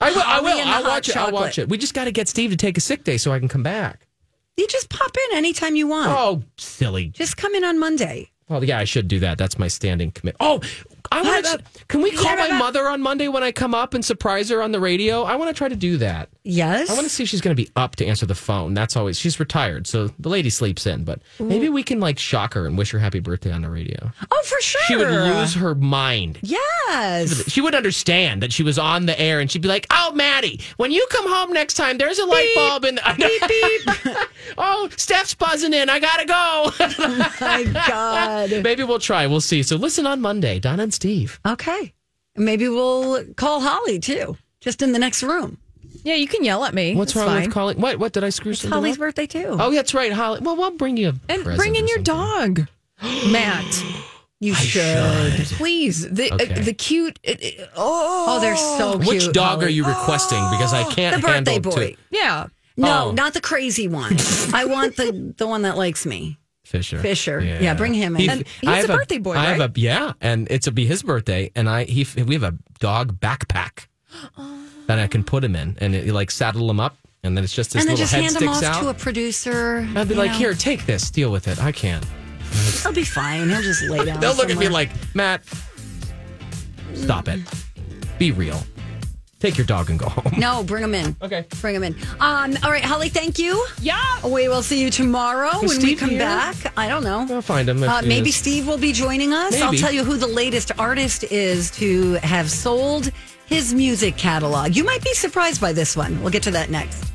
Speaker 2: I will. I
Speaker 1: Holly
Speaker 2: will.
Speaker 1: and the
Speaker 2: I'll
Speaker 1: Hot
Speaker 2: watch it. I'll watch
Speaker 1: Chocolate.
Speaker 2: it. We just got to get Steve to take a sick day so I can come back.
Speaker 1: You just pop in anytime you want.
Speaker 2: Oh, silly.
Speaker 1: Just come in on Monday.
Speaker 2: Well, yeah, I should do that. That's my standing commit. Oh, I
Speaker 1: How
Speaker 2: want
Speaker 1: did
Speaker 2: to. Can we
Speaker 1: you
Speaker 2: call
Speaker 1: never
Speaker 2: my
Speaker 1: got-
Speaker 2: mother on Monday when I come up and surprise her on the radio? I want to try to do that.
Speaker 1: Yes.
Speaker 2: I want to see if she's going to be up to answer the phone. That's always she's retired, so the lady sleeps in. But maybe we can like shock her and wish her happy birthday on the radio.
Speaker 1: Oh, for sure.
Speaker 2: She would lose her mind.
Speaker 1: Yes.
Speaker 2: She would understand that she was on the air, and she'd be like, "Oh, Maddie, when you come home next time, there's a light bulb in the beep beep. oh, Steph's buzzing in. I gotta go.
Speaker 1: My God.
Speaker 2: Maybe we'll try. We'll see. So listen on Monday, Donna and Steve.
Speaker 1: Okay. Maybe we'll call Holly too, just in the next room.
Speaker 3: Yeah, you can yell at me.
Speaker 2: What's
Speaker 3: That's
Speaker 2: wrong
Speaker 3: fine.
Speaker 2: with calling? What? What did I screw something
Speaker 3: Holly's
Speaker 2: up?
Speaker 1: birthday too.
Speaker 2: Oh, that's right, Holly. Well, we'll bring you a
Speaker 3: And
Speaker 2: present
Speaker 3: bring in
Speaker 2: or
Speaker 3: your
Speaker 2: something.
Speaker 3: dog, Matt.
Speaker 1: You
Speaker 2: should.
Speaker 3: Please, the
Speaker 2: Okay.
Speaker 3: uh, the cute. it- it- oh,
Speaker 1: Oh, they're so cute.
Speaker 2: Which dog
Speaker 1: Holly. Oh,
Speaker 2: are you requesting? Because I can't
Speaker 1: The birthday
Speaker 2: handle
Speaker 1: boy.
Speaker 2: two-
Speaker 3: Yeah.
Speaker 1: No,
Speaker 2: Oh.
Speaker 1: not the crazy one. I want the the one that likes me.
Speaker 2: Fisher.
Speaker 1: Fisher. Yeah, bring him in. And he's
Speaker 2: I
Speaker 1: a
Speaker 2: have
Speaker 1: birthday boy,
Speaker 2: I have
Speaker 1: right?
Speaker 2: a yeah, and it's will be his birthday, and I he we have a dog backpack that I can put him in, and it, you, like saddle him up, and then it's just this
Speaker 1: and then
Speaker 2: little
Speaker 1: just
Speaker 2: head
Speaker 1: hand him
Speaker 2: sticks
Speaker 1: off to a
Speaker 2: out.
Speaker 1: producer.
Speaker 2: i I'd be
Speaker 1: you
Speaker 2: like,
Speaker 1: know.
Speaker 2: here, take this, deal with it. I can.
Speaker 1: He'll be fine. He'll just lay down.
Speaker 2: They'll look at me
Speaker 1: somewhere.
Speaker 2: like Matt. Stop it. Be real. Take your dog and go home.
Speaker 1: No, bring them in. Okay. Bring them in. Um, all right, Holly, thank you. Yeah. We will see you tomorrow
Speaker 2: Is
Speaker 1: when we
Speaker 2: Steve
Speaker 1: come
Speaker 2: here?
Speaker 1: back. I don't know.
Speaker 2: I'll find him. if
Speaker 1: Uh,
Speaker 2: he
Speaker 1: maybe
Speaker 2: is.
Speaker 1: Steve will be joining us. I'll
Speaker 2: Maybe.
Speaker 1: tell you who the latest artist is to have sold his music catalog. You might be surprised by this one. We'll get to that next.